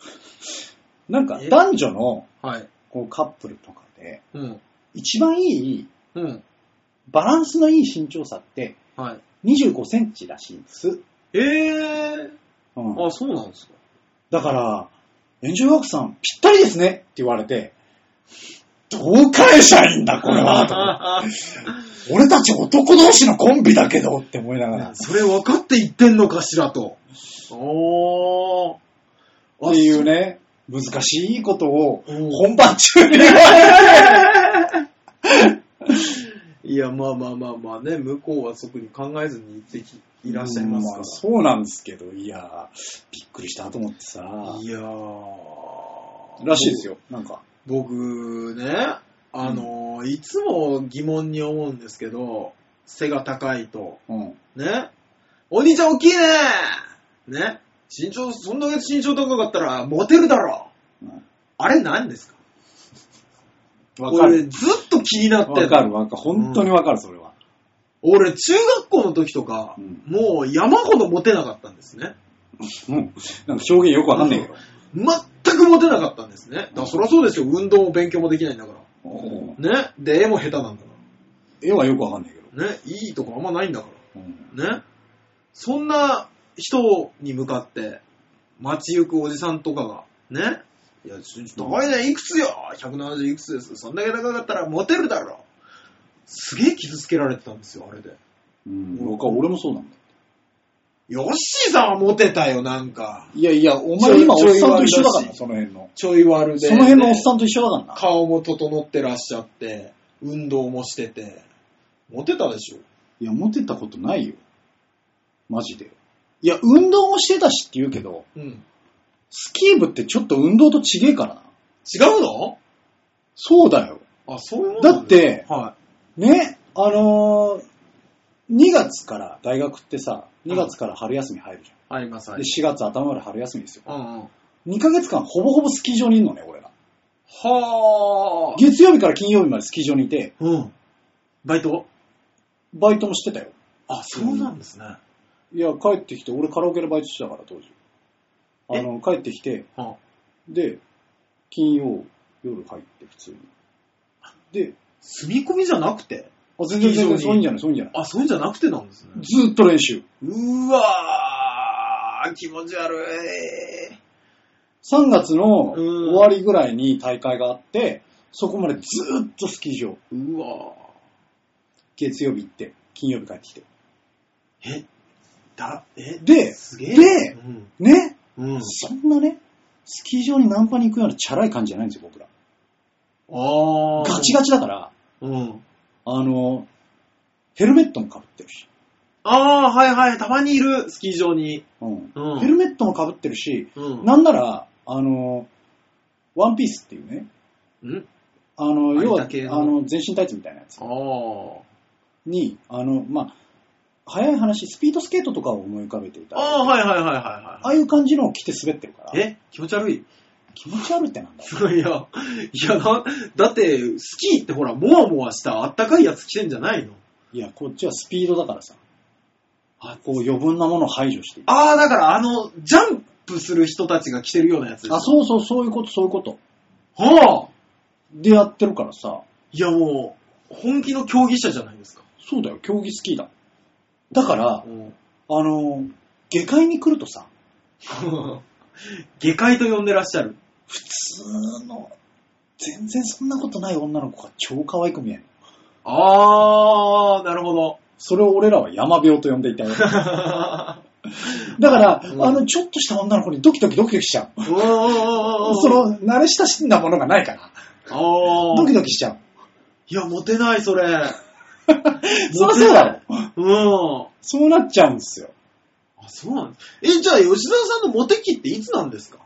S3: ー、なんか
S2: え
S3: 男女の
S2: はい。
S3: こうカップルとかで、
S2: うん。
S3: 一番いい、
S2: うん。
S3: バランスのいい身長差って
S2: はい。
S3: 25センチらしいんです。
S2: ええ
S3: うん
S2: ー。あ、そうなんですか。
S3: だから、エンジョイワークさんぴったりですねって言われて、どう返しゃいいんだ、これはと思って。
S2: ああ
S3: 俺たち男同士のコンビだけどって思いなが
S2: あ
S3: ら。
S2: それ分かって言ってんのかしらと。おー。
S3: っていうね、難しいことを
S2: うん
S3: 本番中に言われて。
S2: いや、まあまあまあまあね、向こうは特に考えずに行ってき いらっしゃいますから。
S3: あそうなんですけど、いやー、びっくりしたと思ってさ。
S2: いやー
S3: らしいですよ。なんか。
S2: 僕ね、あの、いつも疑問に思うんですけど、背が高いと、
S3: うん。
S2: ね、お兄ちゃん大きいねね、身長、そんだけ身長高かったらモテるだろあれ何ですか
S3: わか
S2: 俺
S3: る。
S2: ずっと気になってんの
S3: わかる、わかる。本当にわかる、それは。
S2: 俺中学校の時とか、
S3: うん
S2: もう山ほどモテなかったんですね。
S3: うん。なんか表現よくわかんないけど。
S2: 全くモテなかったんですね。だからそりゃそうですよ。運動も勉強もできないんだから。
S3: うん
S2: ね。で、絵も下手なんだか
S3: 絵はよくわかんないけど。
S2: ら。ね。いいとこあんまないんだか
S3: うん
S2: ら。ね。そんな人に向かって、街行くおじさんとかが、ね。いや、ちょっと高いね。いくつよ ?170 いくつです。そんだけ高かったらモテるだろ。すげえ傷つけられてたんですよ、あれで。
S3: うん、僕は俺もそうなんだ。
S2: ヨッシーさんはモテたよ、なんか。
S3: いやいや、お
S2: ちょ
S3: 前
S2: い
S3: 今おっさんと一緒だ
S2: ちょい悪いらし
S3: から、
S2: い
S3: その辺の。
S2: ちょい悪で。
S3: その辺のおっさんと一緒だから
S2: 顔も整ってらっしゃって、運動もしてて、モテたでしょ。
S3: な。いや、モテたことないよ。マジで。いや、運動もしてたしって言うけど、
S2: うん。
S3: スキー部ってちょっと運動と違えからな。
S2: 違うの
S3: そうだよ。
S2: あ、そういうもん
S3: だって
S2: は
S3: ね、あのー、2月から、大学ってさ、2月から春休み入るじ
S2: い。あります、
S3: ゃ
S2: あ
S3: ん。で、
S2: り
S3: 4月頭まで春休みですよ。
S2: ます。うんうん。
S3: 2ヶ月間ほぼほぼスキー場にいるのね、俺ら。
S2: はあ。
S3: 月曜日から金曜日までスキー場にいて、
S2: うん。バイト
S3: バイトもしてたよ。
S2: あ、そうなんですね。はい
S3: や、帰ってきて、俺カラオケでバイトしてたから、当時。あの、帰ってきて、
S2: あ、
S3: で、金曜、夜帰って、普通に。で、
S2: 住み込みじゃなくて
S3: あ、全然
S2: スキー場
S3: 全然、
S2: に
S3: そういうんじゃない、そういうんじゃない。
S2: あ、そういうんじゃなくてなんですね。
S3: ずーっと練習。
S2: うわー、気持ち悪い。
S3: 3月の
S2: うん
S3: 終わりぐらいに大会があって、そこまでずーっとスキー場。
S2: うわ
S3: 月曜日行って、金曜日帰ってきて。
S2: ー。え、だ、え、
S3: で、
S2: すげえ。
S3: で
S2: うん。
S3: ね、
S2: うん。
S3: そんなね、スキー場にナンパに行くようなチャラい感じじゃないんですよ、僕ら。
S2: あー。
S3: ガチガチだから、
S2: うん。
S3: あの、ヘルメットも被ってるし、
S2: あー、はいはい。たまにいる、スキー場に。
S3: うん
S2: うん
S3: ヘルメットも被ってるし、
S2: うん。
S3: なんなら、あの、ワンピースっていうね、
S2: ん
S3: あの、要は、
S2: 有田系の
S3: あの、全身タイツみたいなやつ
S2: あー。
S3: に、あの、まあ、早い話、スピードスケートとかを思い浮かべていた。
S2: ああ、はいはいはいはい
S3: あ
S2: は
S3: あいう感じのを着て滑ってるから。
S2: い。え気持ち悪い
S3: 気持ち悪いってなんだよ。
S2: いや、いやな、だって、スキーってほら、もわもわしたあったかいやつ着てんじゃないの
S3: いや、こっちはスピードだからさ。あこう余分なものを排除していく。
S2: ああ、だからあの、ジャンプする人たちが着てるようなやつでしょ
S3: あ、そうそう、そういうこと、そういうこと。
S2: はあ
S3: でやってるからさ。
S2: いやもう、本気の競技者じゃないですか。
S3: そうだよ、競技スキーだ。だから、
S2: うん。
S3: あの、下界に来るとさ、
S2: 下界と呼んでらっしゃる。
S3: 普通の、全然そんなことない女の子が超可愛く見える。
S2: ああ、なるほ ど。
S3: それを俺らは山病と呼んでい たよ。だ
S2: あ
S3: から、
S2: うん
S3: あの、ちょっとした女の子にドキドキドキドキしちゃう。そ
S2: の、
S3: の、慣れ親しんだものがないから、
S2: あ
S3: ド
S2: あ
S3: キ。ドキしちゃう。
S2: いや、モテない、それ。
S3: そりゃそうだろ。
S2: うん。
S3: そうなっちゃうんですよ。
S2: あ、そうなんですえ、じゃあ、吉沢さんのモテ期っていつなんですか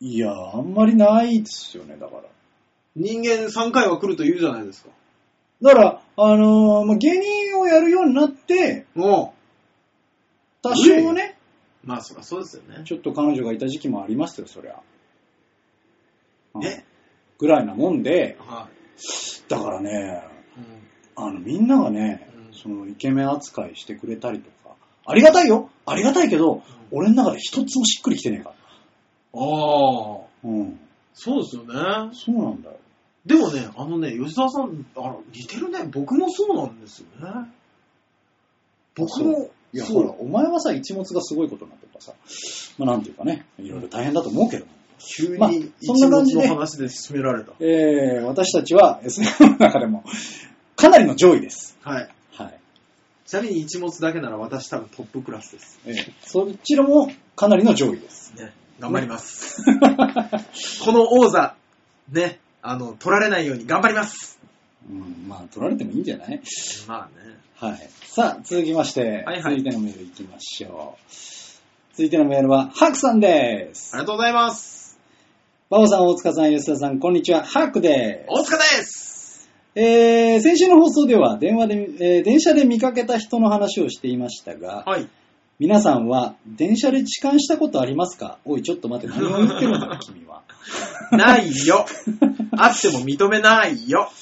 S3: いや、あんまりないですよね、だから。
S2: 人間3回は来ると言うじゃないですか。
S3: だから、あのーまあ、芸人をやるようになって、
S2: も
S3: 多少ね、
S2: う。まあ、そりゃそうですよね。
S3: ちょっと彼女がいた時期もありましたよ、そりゃ。うん
S2: え
S3: ぐらいなもんで、
S2: は
S3: だからね、
S2: い。
S3: あの、みんながね、
S2: うん
S3: その、イケメン扱いしてくれたりとか、ありがたいよありがたいけど、俺の中で一つもしっくりきてねえから。
S2: ああ、
S3: うん。
S2: そうですよね。
S3: そうなんだよ。
S2: でもね、あのね、吉沢さん、あの、似てるね。僕もそうなんですよね。僕も、
S3: いや、
S2: そ
S3: ほ
S2: う
S3: ら、お前はさ、一物がすごいことになってるからさ、まあ、なんていうかね、いろいろ大変だと思うけども。
S2: 急
S3: まあ
S2: に一
S3: そんな
S2: 物
S3: 感じで
S2: の話で進められた。
S3: えー、私たちは SM の中でも、かなりの上位です。
S2: はい。
S3: はい。
S2: ちなみに一物だけなら私多分トップクラスです。
S3: えー、そちらもかなりの上位です。
S2: ね。頑張ります。この王座、ね、あの、取られないように頑張ります。
S3: うん、まあ、取られてもいいんじゃない
S2: まあね。
S3: はい。さあ、続きまして、
S2: はいはい
S3: 続いてのメールいきましょう。続いてのメールは、ハークさんです。
S2: ありがとうございます。
S3: バオさん、大塚さん、吉田さん、こんにちは。ハークです。
S2: 大塚です。
S3: えー、先週の放送では、電話で、えー電車で見かけた人の話をしていましたが、
S2: はい。
S3: 皆さんは、電車で痴漢したことありますかおい、ちょっと待って、何を言ってるんだ、君は。
S2: ない よ。あっても認めないよ。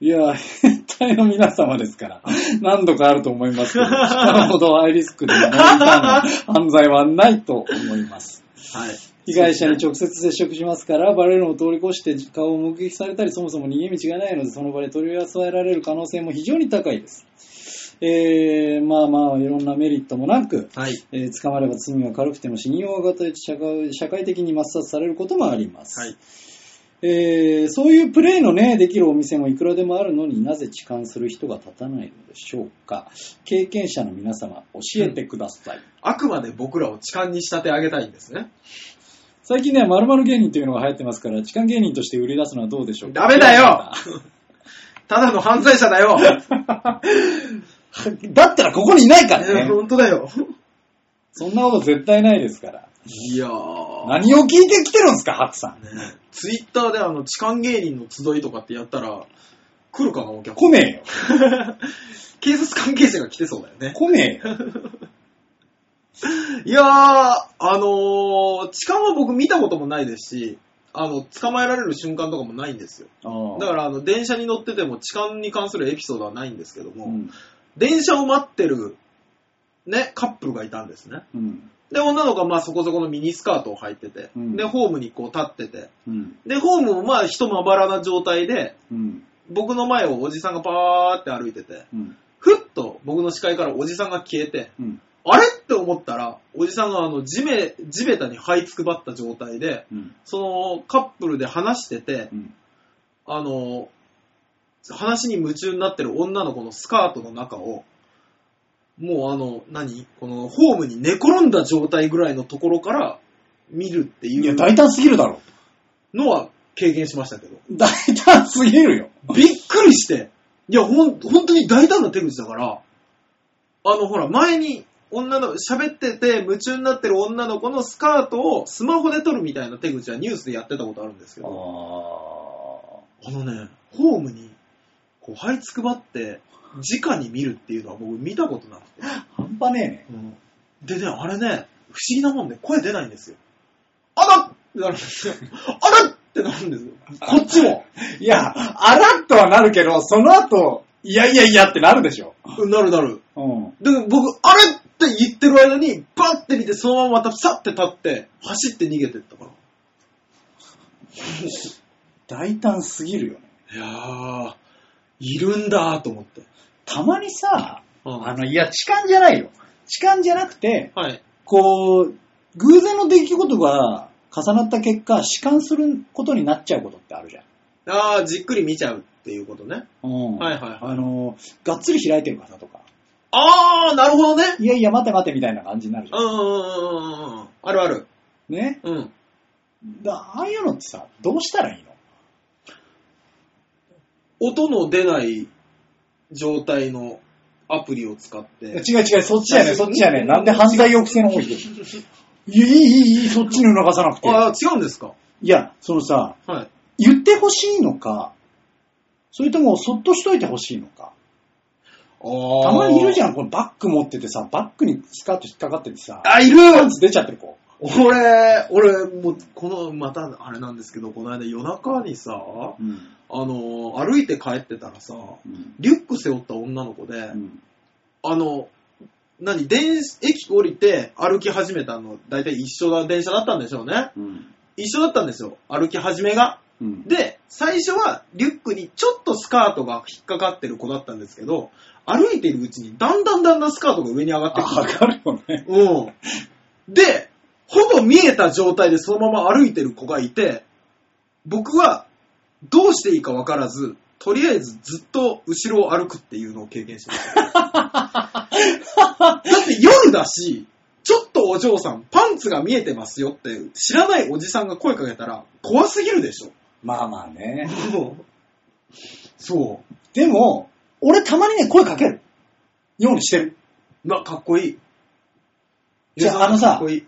S3: いや、変態の皆様ですから、何度かあると思いますけど、 痴漢ほどハイリスクで問題な犯罪はないと思います。
S2: はい。
S3: 被害者に直接接触しますから、バレるのを通り越して顔を目撃されたり、そもそも逃げ道がないので、その場で取り扱えられる可能性も非常に高いです。えー、まあまあ、いろんなメリットもなく、
S2: はい。
S3: えー捕まれば罪が軽くても信用が固い社会社会的に抹殺されることもあります。
S2: はい。
S3: えーそういうプレイのね、できるお店もいくらでもあるのになぜ痴漢する人が立たないのでしょうか。経験者の皆様、教えてください。
S2: あくまで僕らを痴漢に仕立て上げたいんですね。
S3: 最近ね、〇〇芸人というのが流行ってますから、痴漢芸人として売り出すのはどうでしょう
S2: ダ
S3: か。
S2: メだ よただの犯罪者だ よ。
S3: だったらここにいないからね。
S2: 本当だよ。
S3: そんなこと絶対ないですから。
S2: いやー。
S3: 何を聞いてきてるんですか、ハクさん。
S2: ツイッターであの、痴漢芸人の集いとかってやったら、来るかな、お客
S3: 来ね
S2: 警察関係者が来てそうだよ
S3: えよ。
S2: ね。
S3: 来ねえよ。
S2: いやー、あのー、痴漢は僕見たこともないですし、あの、捕まえられる瞬間とかもないんですよ。
S3: ああ
S2: だから、あの、電車に乗ってても痴漢に関するエピソードはないんですけども、
S3: うん。
S2: 電車を待ってる、ね、カップルがいたんですね。
S3: うん。
S2: で、女の子はまあそこそこのミニスカートを履いてて、
S3: うん
S2: で、ホームにこう立ってて、
S3: うん。
S2: で、ホームもまあ人まばらな状態で、
S3: うん。
S2: 僕の前をおじさんがパーって歩いてて、
S3: うん。
S2: ふっと僕の視界からおじさんが消えて、
S3: うん。
S2: あれって思ったら、おじさんがあの地べ、地べたに這いつくばった状態で、
S3: うん。
S2: そのカップルで話してて
S3: う、ん。
S2: あの、話に夢中になってる女の子のスカートの中を、もうあの、何このホームに寝転んだ状態ぐらいのところから見るって
S3: い
S2: い
S3: や、
S2: う
S3: 大胆すぎるだろ。
S2: のは経験しましたけど。
S3: 大胆すぎるよ。
S2: びっくりして。いや、ほん、本当に大胆な手口だから、あの、ほら、前に、女の、喋ってて夢中になってる女の子のスカートをスマホで撮るみたいな手口はニュースでやってたことあるんですけ
S3: あ
S2: ど、あのね、ホームに、こう、這いつくばって、直に見るっていうのは僕見たことなくて。
S3: あ。半端ねえね。
S2: でね、あれね、不思議なもんで声出ないんですよ。あらってなるんで すよ。あらってなるんですよ。こっちも。
S3: いや、あらっとはなるけど、その後、いやいやいやってなるでしょ。
S2: うんなるなる。
S3: うん。
S2: で、僕、あれって言ってる間に、バッて見て、そのまままたさって立って、走って逃げてったから。
S3: 大胆すぎるよね。
S2: いやー、いるんだーと思って。
S3: たまにさ、
S2: うん
S3: あの、いや、痴漢じゃないよ。痴漢じゃなくて、
S2: はい。
S3: こう、偶然の出来事が重なった結果、痴漢することになっちゃうことってあるじゃん。
S2: あー、じっくり見ちゃうっていうことね。
S3: うん。
S2: はいはいはい
S3: あの、がっつり開いてる方とか、
S2: あー、なるほどね。
S3: いやいや、待て待てみたいな感じになるじ
S2: う
S3: ゃん。
S2: んうんうんうんうん。あるある。
S3: ね。
S2: うん。
S3: だああいうのってさ、どうしたらいいの
S2: 音の出ない状態のアプリを使って。
S3: 違う違う、そっちやね、
S2: あ
S3: そっちやね。なんで犯罪抑制の方行く のいや、いい、いい、いい、そっちに流さなくて。
S2: あー、違うんですか
S3: いや、そのさ、
S2: はい。
S3: 言ってほしいのか、それともそっとしといてほしいのか。た
S2: た
S3: まにいるじ
S2: ゃん。
S3: ゃん、これバッグ持っててさ、バッグにスカート引っかかっててさ、
S2: あ、い る
S3: パンツ出ちゃってる子。
S2: 俺、俺、もう、この、また、あれなんですけど、この間夜中にさ、
S3: うん。
S2: あの、歩いて帰ってたらさ、
S3: うん。
S2: リュック背負った女の子で、
S3: うん。
S2: あの、何、電子、駅降りて歩き始めたの、だいたい一緒な電車だったんでしょうね。
S3: うん。
S2: 一緒だったんですよ、歩き始めが。
S3: うん。
S2: で、最初はリュックにちょっとスカートが引っかかってる子だったんですけど、歩いているうちにだんだんだんだんスカートが上に上がって
S3: あ、
S2: く
S3: わかるよね。
S2: る。うん。で、ほぼ見えた状態でそのまま歩いてる子がいて、僕はどうしていいかわからず、とりあえずずっと後ろを歩くっていうのを経験してま した。だって夜だし、ちょっとお嬢さん、パンツが見えてますよって、知らないおじさんが声かけたら、怖すぎるでしょ。
S3: まあまあね。
S2: そ
S3: でも、俺たまにね、声かける。ようにしてる。
S2: う。な、かっこいい。
S3: じゃあ
S2: ゆう
S3: あのさ
S2: かっこいい。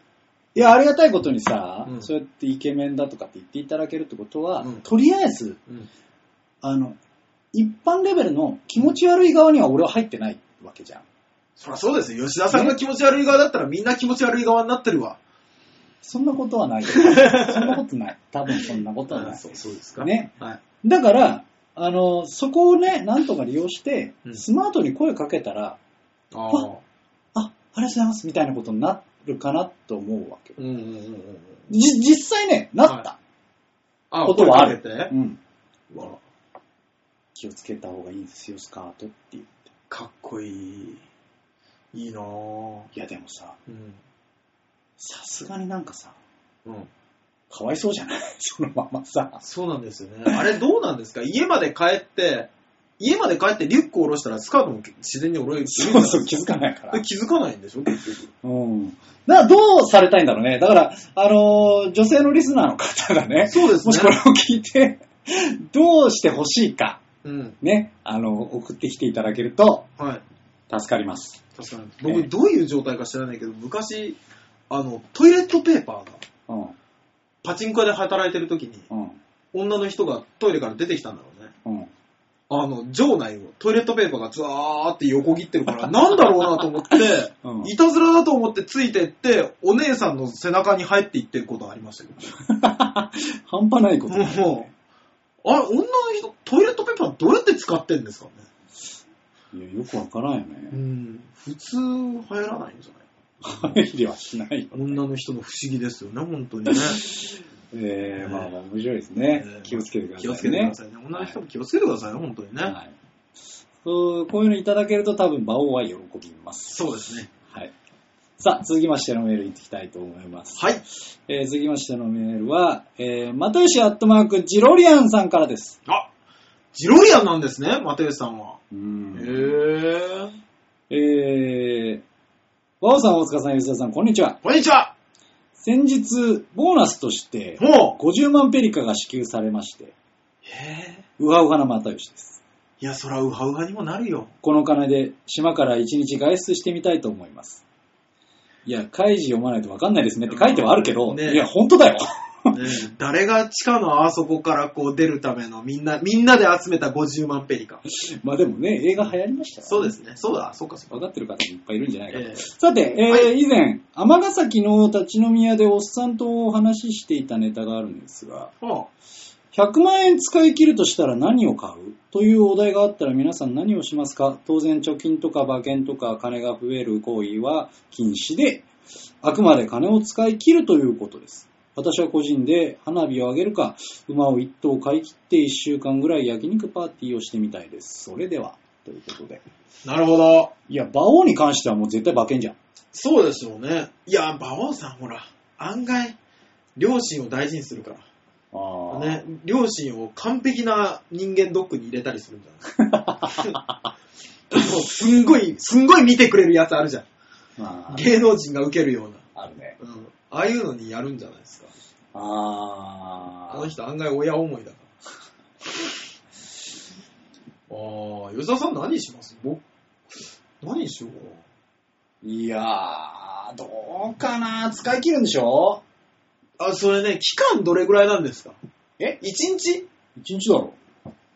S3: いや、ありがたいことにさ、
S2: うん
S3: そうやってイケメンだとかって言っていただけるってことは、
S2: うん
S3: とりあえず、
S2: うん
S3: あの、一般レベルの気持ち悪い側には俺は入ってないわけじゃん。
S2: そりゃそうですよ。吉田さんが気持ち悪い側だったら、みんな気持ち悪い側になってるわ。
S3: そんなことはない。そんなことない。多分そんなことはない。
S2: そう、そうです
S3: ね。
S2: はい。
S3: だから、あの、そこをね、なんとか利用して、
S2: うん
S3: スマートに声かけたら、
S2: あ
S3: あ。あ、ありがとうございます、みたいなことになるかなと思うわけ。
S2: うんうんうんうん。
S3: じ、実際ね、なった。
S2: あ
S3: ことはある
S2: 声かけて
S3: うん。
S2: うわ
S3: 気をつけた方がいいですよ、スカートって言って。
S2: かっこいい。いいなぁ。
S3: いや、でもさ、
S2: うん。
S3: さすがになんかさ、
S2: うん。
S3: かわいそうじゃない そのままさ。
S2: そうなんですよ ね。あれどうなんですか家まで帰って、家まで帰ってリュックを下ろしたらスカートも自然に下ろえる。
S3: そうそう、気づかないから
S2: で。気づかないんでしょ結局
S3: うん。だから、どうされたいんだろうね。だから、あのー女性のリスナーの方がね、
S2: そうですね
S3: もしこれを聞いて、 どうしてほしいか、
S2: うん。
S3: ね、あの、送ってきていただけると
S2: はい。
S3: 助かります。
S2: 確かに。
S3: ええ
S2: 僕、どういう状態か知らないけど、昔、あの、トイレットペーパーが、
S3: うん、
S2: パチンコ屋で働いてる時に、
S3: うん、
S2: 女の人がトイレから出てきたんだろうね。
S3: うん。
S2: あの、場内をトイレットペーパーがずわーって横切ってる から、なんだろうなと思って、
S3: うん
S2: いたずらだと思ってついてって、お姉さんの背中に入っていってることはありましたけど。
S3: 半端ないことだよね、
S2: もう、あれ、女の人、トイレットペーパーどうやって使ってんですかね。
S3: いや、よくわからんよね。
S2: ん。普通、入らないんじゃない
S3: 入りはしないよ。
S2: 女の人の不思議ですよね、本当にね。
S3: え
S2: ね
S3: ー、まあまあ、面白いですね。 気をつけてくださ
S2: 気
S3: いね。
S2: をつけてくださいね。女の人も気をつけてくださいね、本当にね。
S3: はい。そうこういうのいただけると多分、馬王は喜びます。
S2: そうですね。
S3: はい。さあ、続きましてのメールいきたいと思います。
S2: はい。
S3: えー続きましてのメールは、えー、またよしアットマーク、ジロリアンさんからです。
S2: あ、ジロリアンなんですね、マテウスさんは。
S3: う
S2: へ
S3: ん。
S2: ー。
S3: えー、和尾さん、大塚さん、吉田さん、こんにちは。
S2: こんにちは
S3: 先日、ボーナスとして、
S2: もう
S3: 50万ペリカが支給されまして、
S2: へー。
S3: うはうはな又吉です。
S2: いや、そらウハウハにもなるよ。
S3: この金で島から一日外出してみたいと思います。いや、開示読まないとわかんないですねって書いてはあるけど、
S2: ね
S3: いや、本当だよ。
S2: 誰が地下のあそこからこう出るためのみんな、みんなで集めた50万ペリカ。
S3: まあでもね、映画流行りましたか
S2: そ
S3: らね
S2: うですね。そうだ、そうかそうか。
S3: 分かってる方もいっぱいいるんじゃないかと。
S2: ええ
S3: さて、えー以前、尼崎の立ち飲み屋でおっさんとお話ししていたネタがあるんですが、
S2: は
S3: 100万円使い切るとしたら何を買うというお題があったら皆さん何をしますか当然貯金とか馬券とか金が増える行為は禁止で、あくまで金を使い切るということです。私は個人で花火をあげるか、馬を一頭買い切って1週間ぐらい焼肉パーティーをしてみたいです。それでは、ということで。
S2: あなるほど。
S3: いや、馬王に関してはもう絶対馬券じゃん。
S2: そうですよね。いや、馬王さんほら、案外、両親を大事にするから。
S3: あ
S2: ね、両親を完璧な人間ドックに入れたりするんじゃ ないもうすんごい、すんごい見てくれるやつあるじゃん。
S3: まあ、
S2: 芸能人が受けるような。
S3: あるね。
S2: うん。ああいうのにやるんじゃないですか。
S3: あ
S2: あ
S3: あ
S2: の人案外親思いだから。ああ、吉田さん何します僕、何しようか
S3: いやー、どうかな使い切るんでしょ
S2: な。あ、それね、期間どれぐらいなんですか
S3: え
S2: 一日
S3: 一日だろ。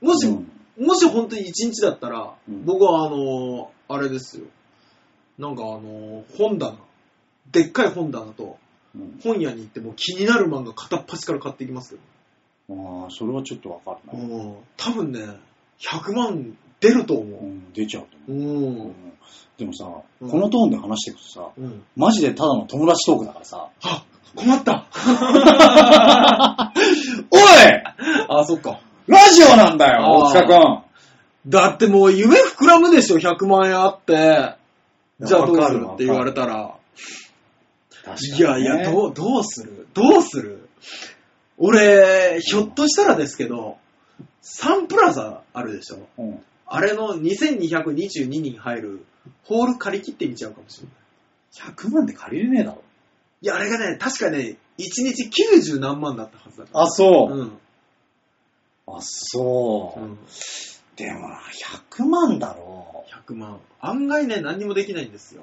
S2: もし、
S3: うん
S2: もし本当に一日だったら、
S3: うん
S2: 僕はあのーあれですよ。なんかあのー本棚。でっかい本棚と、
S3: うん
S2: 本屋に行ってもう気になる漫画片っ端から買っていきますよ。
S3: ああ、それはちょっとわかんない。
S2: うん多分ね、100万出ると
S3: う
S2: 思
S3: ん、出ちゃうと
S2: う。
S3: 思
S2: う。
S3: う。うんんでもさ、こ
S2: うん
S3: のトーンで話していくとさ、
S2: うん。
S3: マジでただの友達トークだからさ、
S2: あ、困った。
S3: おい
S2: あ、そっか。
S3: ラジオなんだよ、
S2: あー
S3: 大塚くん。
S2: だってもう夢膨らむでしょ、100万円あって。じゃあどうするって言われたら。いやいや、
S3: う
S2: どう、どうするどうする俺、ひょっとしたらですけど、サンプラザあるでしょ
S3: うん、
S2: あれの2222人入るホール借り切ってみちゃうかもしれない。
S3: 100万で借りれねえだろ。
S2: いや、あれがね、確かね、1日90何万だったはずだから。
S3: あ、そう。
S2: うん。
S3: あ、そうう。
S2: ん。
S3: でもな、100万だろ。
S2: 100万。案外ね、何にもできないんですよ。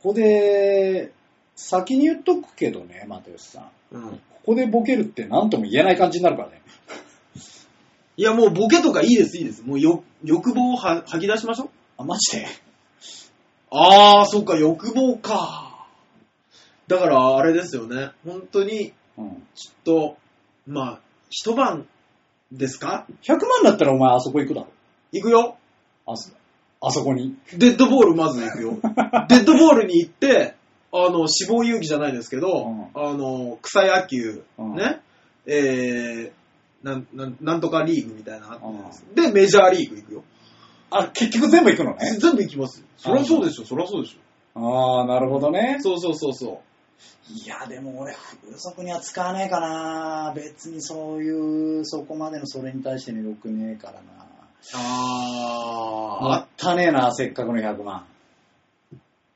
S3: ここで、先に言っとくけどね、又吉さん。
S2: うん。
S3: ここでボケるって何とも言えない感じになるからね。
S2: いや、もうボケとかいいです、いいです。もうよ欲望をは吐き出しましょう。
S3: あ、マジで
S2: あー、そっか、欲望か。だから、あれですよね。本当に、
S3: うん。
S2: きっと、まあ、一晩ですか
S3: 100万だったらお前あそこ行くだろ。
S2: 行くよ。
S3: あそ、あそこに。
S2: デッドボールまず行く よ。デッドボールに行って、あの、死亡遊戯じゃないですけど、
S3: うん
S2: あの、草野球、
S3: うん
S2: ね、えー、なん、なん、なんとかリーグみたいなのあったじゃないですか。で、メジャーリーグ行くよ。
S3: あ、結局全部行くのね。
S2: 全部行きますよ。そりゃそうでしょ、そりゃそうでしょ。
S3: ああ、なるほどね。
S2: そうそうそうそ
S3: いや、でも俺、風俗には使わねえかな。別にそういう、そこまでのそれに対しての良くねえからな。
S2: う。あ
S3: あったねえな、せっかくの100万。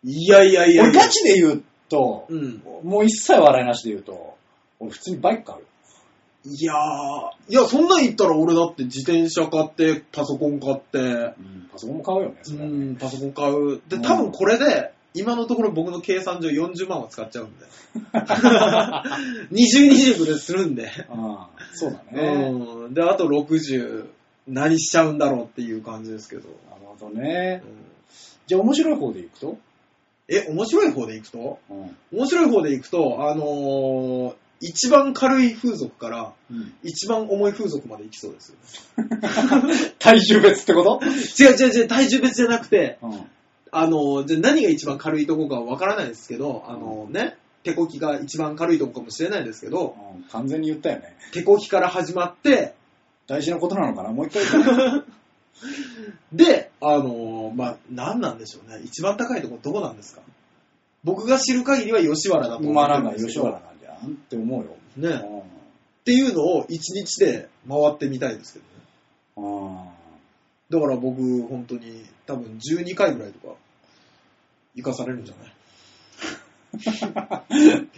S2: いやいやいや
S3: 俺、
S2: いや
S3: ガ。チで言うと、
S2: うん。
S3: もう一切笑いなしで言うと、俺、普通にバイク買うよ。
S2: いやー、いや、そんなん言ったら俺だって自転車買って、パソコン買って、
S3: パソコンも買うよね、
S2: う
S3: それはね
S2: ん、パソコン買う。で、
S3: うん
S2: 多分これで、今のところ僕の計算上40万は使っちゃ うんで。20、20ぐらいするんで。
S3: ああそうだね。
S2: うん。で、あと60、何しちゃうんだろうっていう感じですけど。
S3: なるほどね
S2: う。ん
S3: じゃあ、面白い方で行くと
S2: え、面白い方でいくと
S3: うん。
S2: 面白い方でいくと、あのー一番軽い風俗から、一番重い風俗まで行きそうですよね。
S3: 体重別ってこと
S2: 違う違う違う、体重別じゃなくて、
S3: うん。
S2: あの、じゃあ何が一番軽いとこかはわからないですけど、あのね、手こきが一番軽いとこかもしれないですけど、
S3: うん完全に言ったよね。
S2: 手こきから始まって、
S3: 大事なことなのかなもう一回言った
S2: で、あの、まあ、何なんでしょうね。一番高いとこどこなんですか僕が知る限りは吉原だと思
S3: まあな
S2: うんん
S3: だ、
S2: ですけ
S3: 吉
S2: ど、
S3: 原なんじゃんって思うよ。
S2: ね、っていうのを一日で回ってみたいですけどね。
S3: うん。あ
S2: だから僕、本当に多分12回ぐらいとか、生かされるんじゃない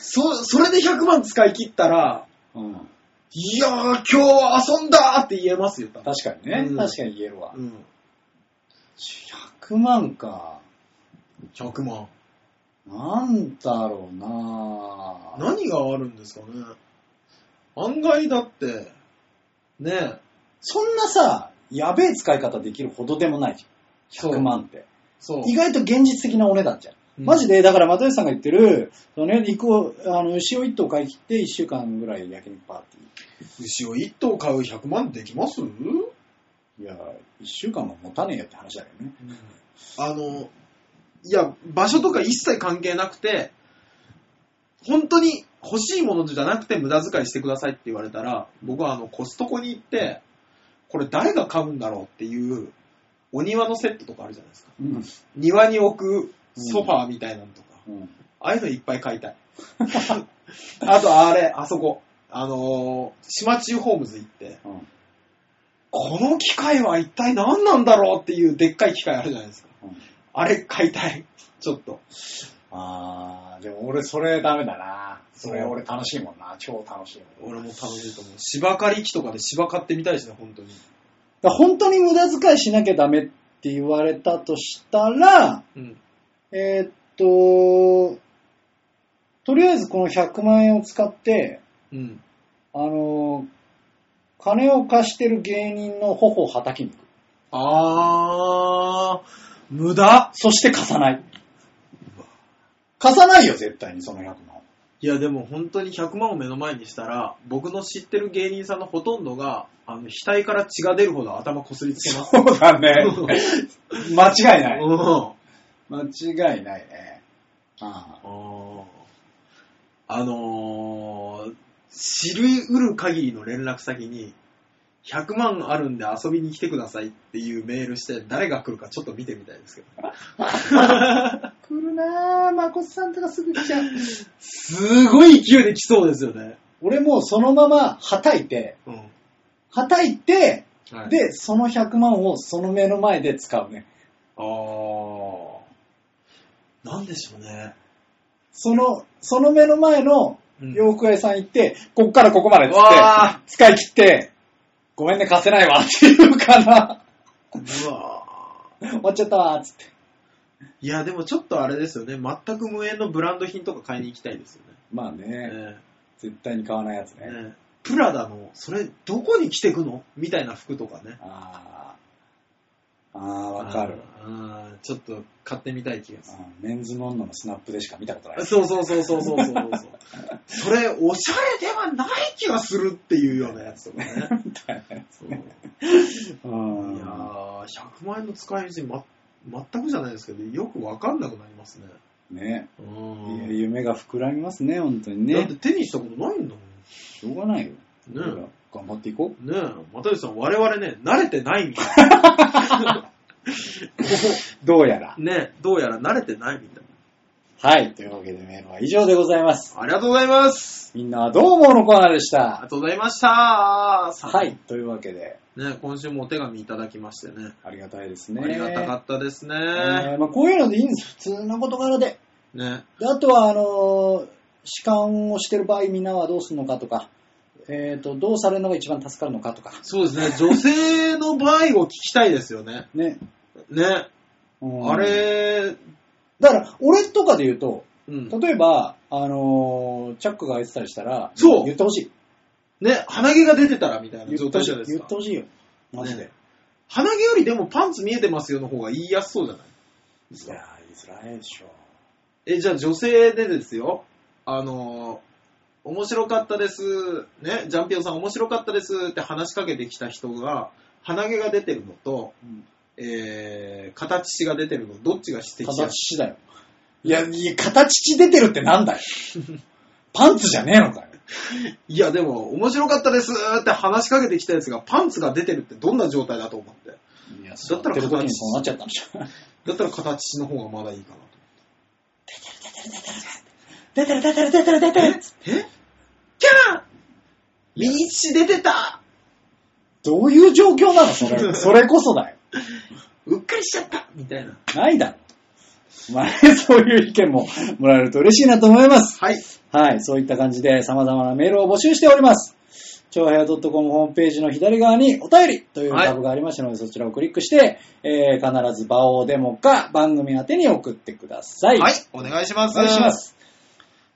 S2: そ、それで100万使い切ったら、
S3: あ。うん。
S2: いやー、今日遊んだーって言えますよ、多分。
S3: 確かにね、
S2: うん
S3: 確かに言えるわ。
S2: うん。
S3: 100万か。
S2: 100万。
S3: なんだろうな
S2: 何があるんですかね。案外だって、ねえ、
S3: そんなさ、やべえ使い方できるほどでもないじゃん。100万って。
S2: そう。
S3: 意外と現実的なお値段じゃん。マジ
S2: で
S3: で、だから、又吉さんが言ってる、そのね、肉を、あの、牛を一頭買い切って、一週間ぐらい焼肉パーテ
S2: 牛を1頭買う100万できます
S3: ィー。いや、一週間も持たねえよって話だよね。
S2: あの、いや、場所とか一切関係なくて、本当に欲しいものじゃなくて無駄遣いしてくださいって言われたら、僕はあの、コストコに行って、これ誰が買うんだろうっていう、お庭のセットとかあるじゃないですか。
S3: うん。
S2: 庭に置くソファーみたいなのとか、
S3: うん。
S2: ああいうのいっぱい買いたい。あと、あれ、あそこ、あのー島中ホームズ行って、
S3: うん。
S2: この機械は一体何なんだろうっていうでっかい機械あるじゃないですか。
S3: うん
S2: あれ買いたい。ちょっと。
S3: あー、でも俺それダメだな。それ
S2: そう
S3: 俺楽しいもんな。超楽しいもん。
S2: 俺も楽しいと思う。芝刈り機とかで芝刈ってみたいしね、本当に。
S3: だから本当に無駄遣いしなきゃダメって言われたとしたら、
S2: うん。
S3: えーっと、とりあえずこの100万円を使って、
S2: うん。
S3: あの、金を貸してる芸人の頬を叩きに行く。
S2: あー、無駄
S3: そして貸さない。貸さないよ、絶対に、その100万。
S2: いやでも本当に100万を目の前にしたら、僕の知ってる芸人さんのほとんどが、あの、額から血が出るほど頭こすりつけます。
S3: そうだ ね。 間違いな
S2: う
S3: い。
S2: ん。あ
S3: 間違いないね。ああ
S2: ーあのー、知り得る限りの連絡先に、100万あるんで遊びに来てくださいっていうメールして、誰が来るかちょっと見てみたいですけど。
S3: 来るなぁ、まこさんとかすぐ来ちゃう。
S2: すごい勢いで来そうですよね。
S3: 俺もうそのままはたいて、
S2: うん。
S3: はたいて、
S2: はい、
S3: で、その100万をその目の前で使うね。
S2: あー。なんでしょうね。
S3: その、その目の前の
S2: うん
S3: 洋服屋さん行って、こっからここまでっつっ
S2: わ
S3: て、使い切って、ごめんね、貸せないわっていうかな。
S2: うわー。
S3: 終わっちゃったわ、つって。
S2: いや、でもちょっとあれですよね。全く無縁のブランド品とか買いに行きたいですよ
S3: まあ
S2: ね。
S3: ね、
S2: え
S3: 絶対に買わないやつ
S2: え
S3: ね。
S2: ええプラダの、それ、どこに着てくのみたいな服とかね。
S3: あーあー、わかる。
S2: あー。ちょっと買ってみたい気がす
S3: うんメンズノンノのスナップでしか見たことない
S2: る。。そうそうそうそうそうそう そう。それ、おしゃれではない気がするっていうようなやつとかね。
S3: みたいなやつ
S2: そうい
S3: ね。う
S2: や
S3: ん
S2: ー、100万円の使い道、ま、全くじゃないですけど、よくわかんなくなりますね。
S3: ね
S2: う
S3: いや
S2: ん。
S3: 夢が膨らみますね、本当に
S2: だっ
S3: ね
S2: て。手にしたことないんだもん。
S3: しょうがないよ。
S2: ね
S3: 俺ら頑張っていこ
S2: ねえ、又吉さん、我々ね、慣れてないみたいな。
S3: う。どうやら。
S2: ねえ、どうやら慣れてないみたい
S3: はい。というわけでメールは以上でございます。
S2: な。ありがとうございます。
S3: みんなはどう思うのコーナーでし
S2: あり
S3: た。
S2: がとうございました。は
S3: はい。。というわけで、
S2: ねえ今週もお手紙いただきましてね。
S3: ありがたいですね。
S2: ありがたかったですね。
S3: えーまあ、こういうのでいいんです。普通の事柄で。
S2: ね
S3: であとは、あのー、歯間をしてる場合、みんなはどうするのかとか、えっ、と、どうされるのが一番助かるのかとか。
S2: そうですね、女性の場合を聞きたいですよね。
S3: ね。
S2: ね
S3: うん
S2: あれ、
S3: だから、俺とかで言うと、
S2: うん。
S3: 例えば、あのーチャックが開いてたりしたら、
S2: そう
S3: 言ってほしい。
S2: ね、鼻毛が出てたらみたいな
S3: 言
S2: 状
S3: って
S2: 態
S3: ほし
S2: じゃ
S3: い
S2: ない。で
S3: 言
S2: す
S3: っ
S2: か
S3: て。ほしいよ。マジで。
S2: ね鼻毛よりでもパンツ見えてますよの方が言いやすそうじゃない
S3: いやー、言いづらいでしょ。
S2: え、じゃあ女性でですよ。あのー面白かったです。ね、ジャンピオンさん面白かったですって話しかけてきた人が、鼻毛が出てるのと、
S3: うん
S2: えー、形血が出てるの、どっちが指摘しや
S3: 形
S2: す
S3: だよ。いや、いや形出てるってなん だよ。パンツじゃねえのかよ。
S2: いいや、でも、面白かったですって話しかけてきたやつが、パンツが出てるってどんな状態だと思って。
S3: いや、
S2: だったら
S3: やってる時にそうなっちゃったんでしょ。
S2: だったら形血の方がまだいいかなと。
S3: 出てる出てる出てる出てる
S2: えキャー右血出てた
S3: どういう状況なのそれ。それこそだよ。
S2: うっかりしちゃったみたいな。
S3: ないだろ。まあ、そういう意見ももらえると嬉しいなと思います。
S2: はい。
S3: はい、そういった感じで様々なメールを募集しております。超平洋 .com ホームページの左側にお便りというタブがありましたので、そちらをクリックして、えー必ず場をデモか番組宛てに送ってください。
S2: はい、お願いしま
S3: お
S2: す。
S3: 願いします。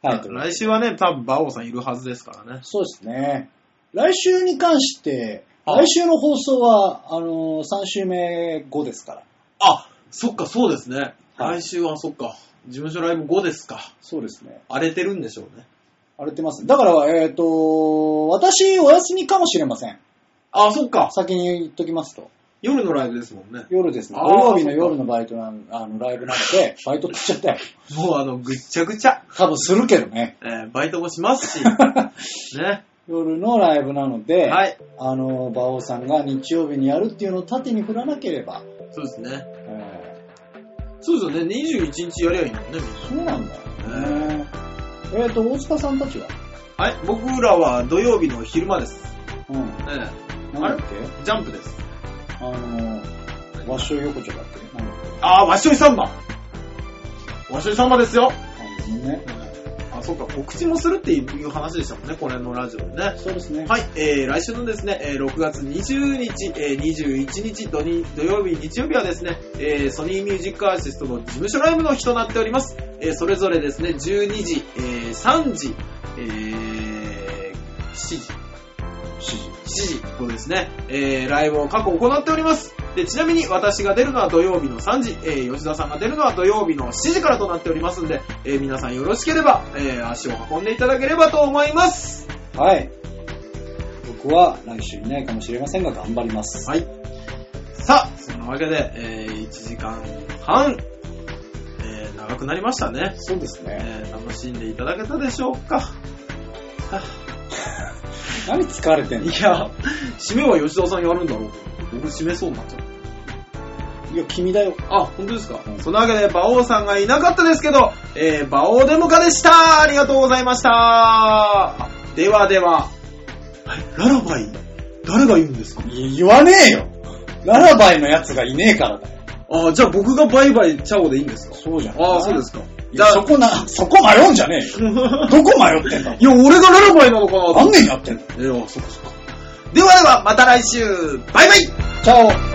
S3: はい、ということで
S2: 来週はね、多分馬王さんいるはずですからね。
S3: そうですね。来週に関して、
S2: あ
S3: 来週の放送は、あのー、3週目後ですから。
S2: あ、そっか、そうですね。
S3: はい
S2: 来週はそっか。事務所ライブ5ですか。
S3: そうですね。
S2: 荒れてるんでしょうね。
S3: 荒れてます。だから、えっ、と、私、お休みかもしれません。
S2: あ、そっか。
S3: 先に言っときますと。
S2: 夜のライブですもんね。
S3: 夜ですね。
S2: あー
S3: 土曜日の夜のバイトなん、あの、ライブなの で、バイトって言っちゃったよ。
S2: もうあの、ぐっちゃぐちゃ。
S3: 多分するけどね。
S2: えーバイトもし ますし。ね。
S3: 夜のライブなので、
S2: はい。
S3: あの、馬王さんが日曜日にやるっていうのを縦に振らなければ、
S2: そうですね。
S3: え
S2: そうですよね。21日やりゃいいのね、みん
S3: ーそうなんだよね。えっ、と、大塚さんたちは、
S2: な。はい。僕らは土曜日の昼間です。
S3: うん、
S2: え
S3: なんだっけ
S2: えジャンプです。
S3: あのー、和尚横丁だっけなんだっ
S2: あー、わっしょいさんま。わっしょいさんまですよ。
S3: けあのね。
S2: あ、そうか、告知もするっていう話でしたもんね、これのラジオでね。
S3: そうですね。
S2: はい、えー、来週のですね、えー6月20日、えー21日土に、土曜日、日曜日はですね、えーソニーミュージックアーティストの事務所ライブの日となっております。えーそれぞれですね、12時、えー3時、えー7時、
S3: 7
S2: 7時のですね、えー、ライブを過去行っております。で、ちなみに私が出るのは土曜日の3時、えー、吉田さんが出るのは土曜日の7時からとなっておりますんで、えー、皆さんよろしければ、えー、足を運んでいただければと思います。
S3: 時。はい。僕は来週いないかもしれませんが、頑張ります。
S2: はい。さあ、そんなわけで、えー、1時間半、えー、長くなりましたね。
S3: そうですね。
S2: えー、楽しんでいただけたでしょうか。あ
S3: 何疲れてん
S2: い
S3: の
S2: や、締めは吉田さんやるんだろうけど僕締めそうになっちゃう。
S3: いや、君だよ。
S2: あ、本当ですか、
S3: うん
S2: そのわけで、馬王さんがいなかったですけど、えー、馬王デモカでしたありがとうございましたあではでは、ララバイ、誰が言うんですか
S3: いや言わねえよララバイのやつがいねえからだよ。
S2: あ、じゃあ僕がバイバイチャオでいいんですか
S3: そうじゃん。
S2: ああ、そうですか。
S3: い
S2: じ
S3: や
S2: ゃ
S3: そ
S2: あ、
S3: こな、そこ迷うんじゃねえよ。どこ迷ってんだ
S2: いや、俺がララバイなのかなと
S3: 何年やってんだ
S2: いや、そっかそっか。ではでは、また来週バイバイ
S3: チャオ